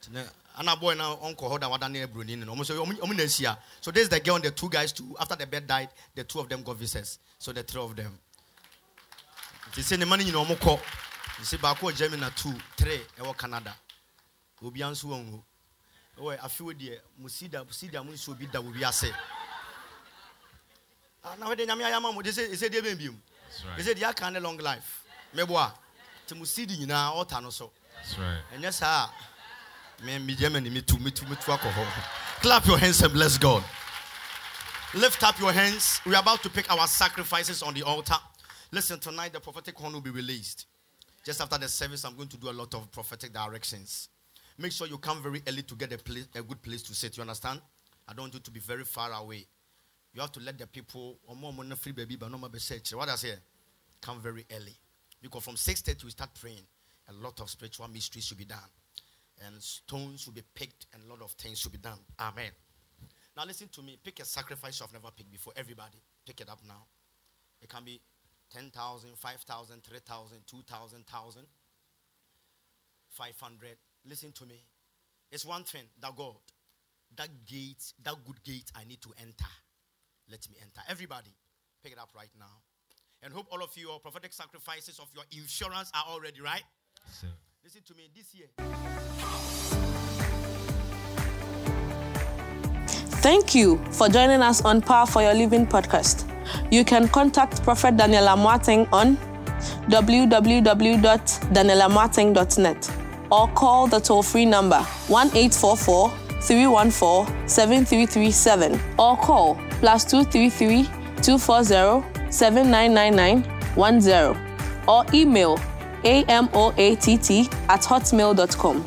[SPEAKER 2] Nti na- Ana boy na ɔnkɔ hɔ da wada ne aburoni ne no. Ɔmo sɛ ɔmo ɔmo na ahyia. So this is the girl and the two guys too. After the bed died, the two of them got visas. So the three of them. nti sɛ ne ma no nyina ɔmo kɔ sɛ baako wɔ germany na two three ɛwɔ canada obia nso wɔnho ɛwɔ afewo deɛ mo sida sida mo nsuo bi da wɔ wiase Ah, na wɔde nyame ayɛ ama mo de sɛ ɛsɛ deɛ bɛn biom
[SPEAKER 3] That's right.
[SPEAKER 2] ɛsɛ deɛ aka ne long life mɛboa nti mo sidi nyinaa ɔta no so
[SPEAKER 3] That's right.
[SPEAKER 2] ɛnyɛ saa a me me germany metu metu metu akɔ hɔ clap your hands and bless god lift up your hands we are about to pick our sacrifices on the altar listen tonight the prophetic horn will be released just after the service i'm going to do a lot of prophetic directions make sure you come very early to get a, place, a good place to sit you understand I don't want you to be very far away. You have to let the people ọmọ ọmọ náà free baby but no more be said. What I say, come very early because from six thirty we start praying. A lot of spiritual mysteries should be done, and stones will be picked, and a lot of things should be done. Amen. Now listen to me. Pick a sacrifice you've never picked before. Everybody, pick it up now. It can be 10,000, 5,000, 3,000, 2,000, 1,000, 500. Listen to me. It's one thing that God, that gate, that good gate I need to enter. Let me enter. Everybody, pick it up right now. And hope all of your prophetic sacrifices of your insurance are already right.
[SPEAKER 3] Sir.
[SPEAKER 2] Listen to me this year.
[SPEAKER 1] Thank you for joining us on Power for Your Living podcast. You can contact Prophet Daniel Amwating on www.danielamwating.net or call the toll free number 1844 314 7337 or call plus 233 240 7999 10 or email amoatt at hotmail.com.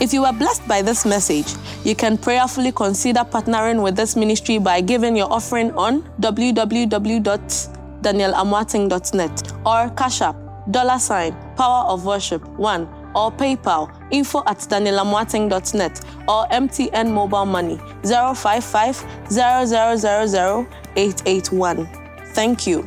[SPEAKER 1] If you were blessed by this message, you can prayerfully consider partnering with this ministry by giving your offering on www.danielamwating.net or Cash App, dollar sign, Power of Worship, 1 or PayPal, info at danielamwating.net or MTN Mobile Money, 055 881 Thank you.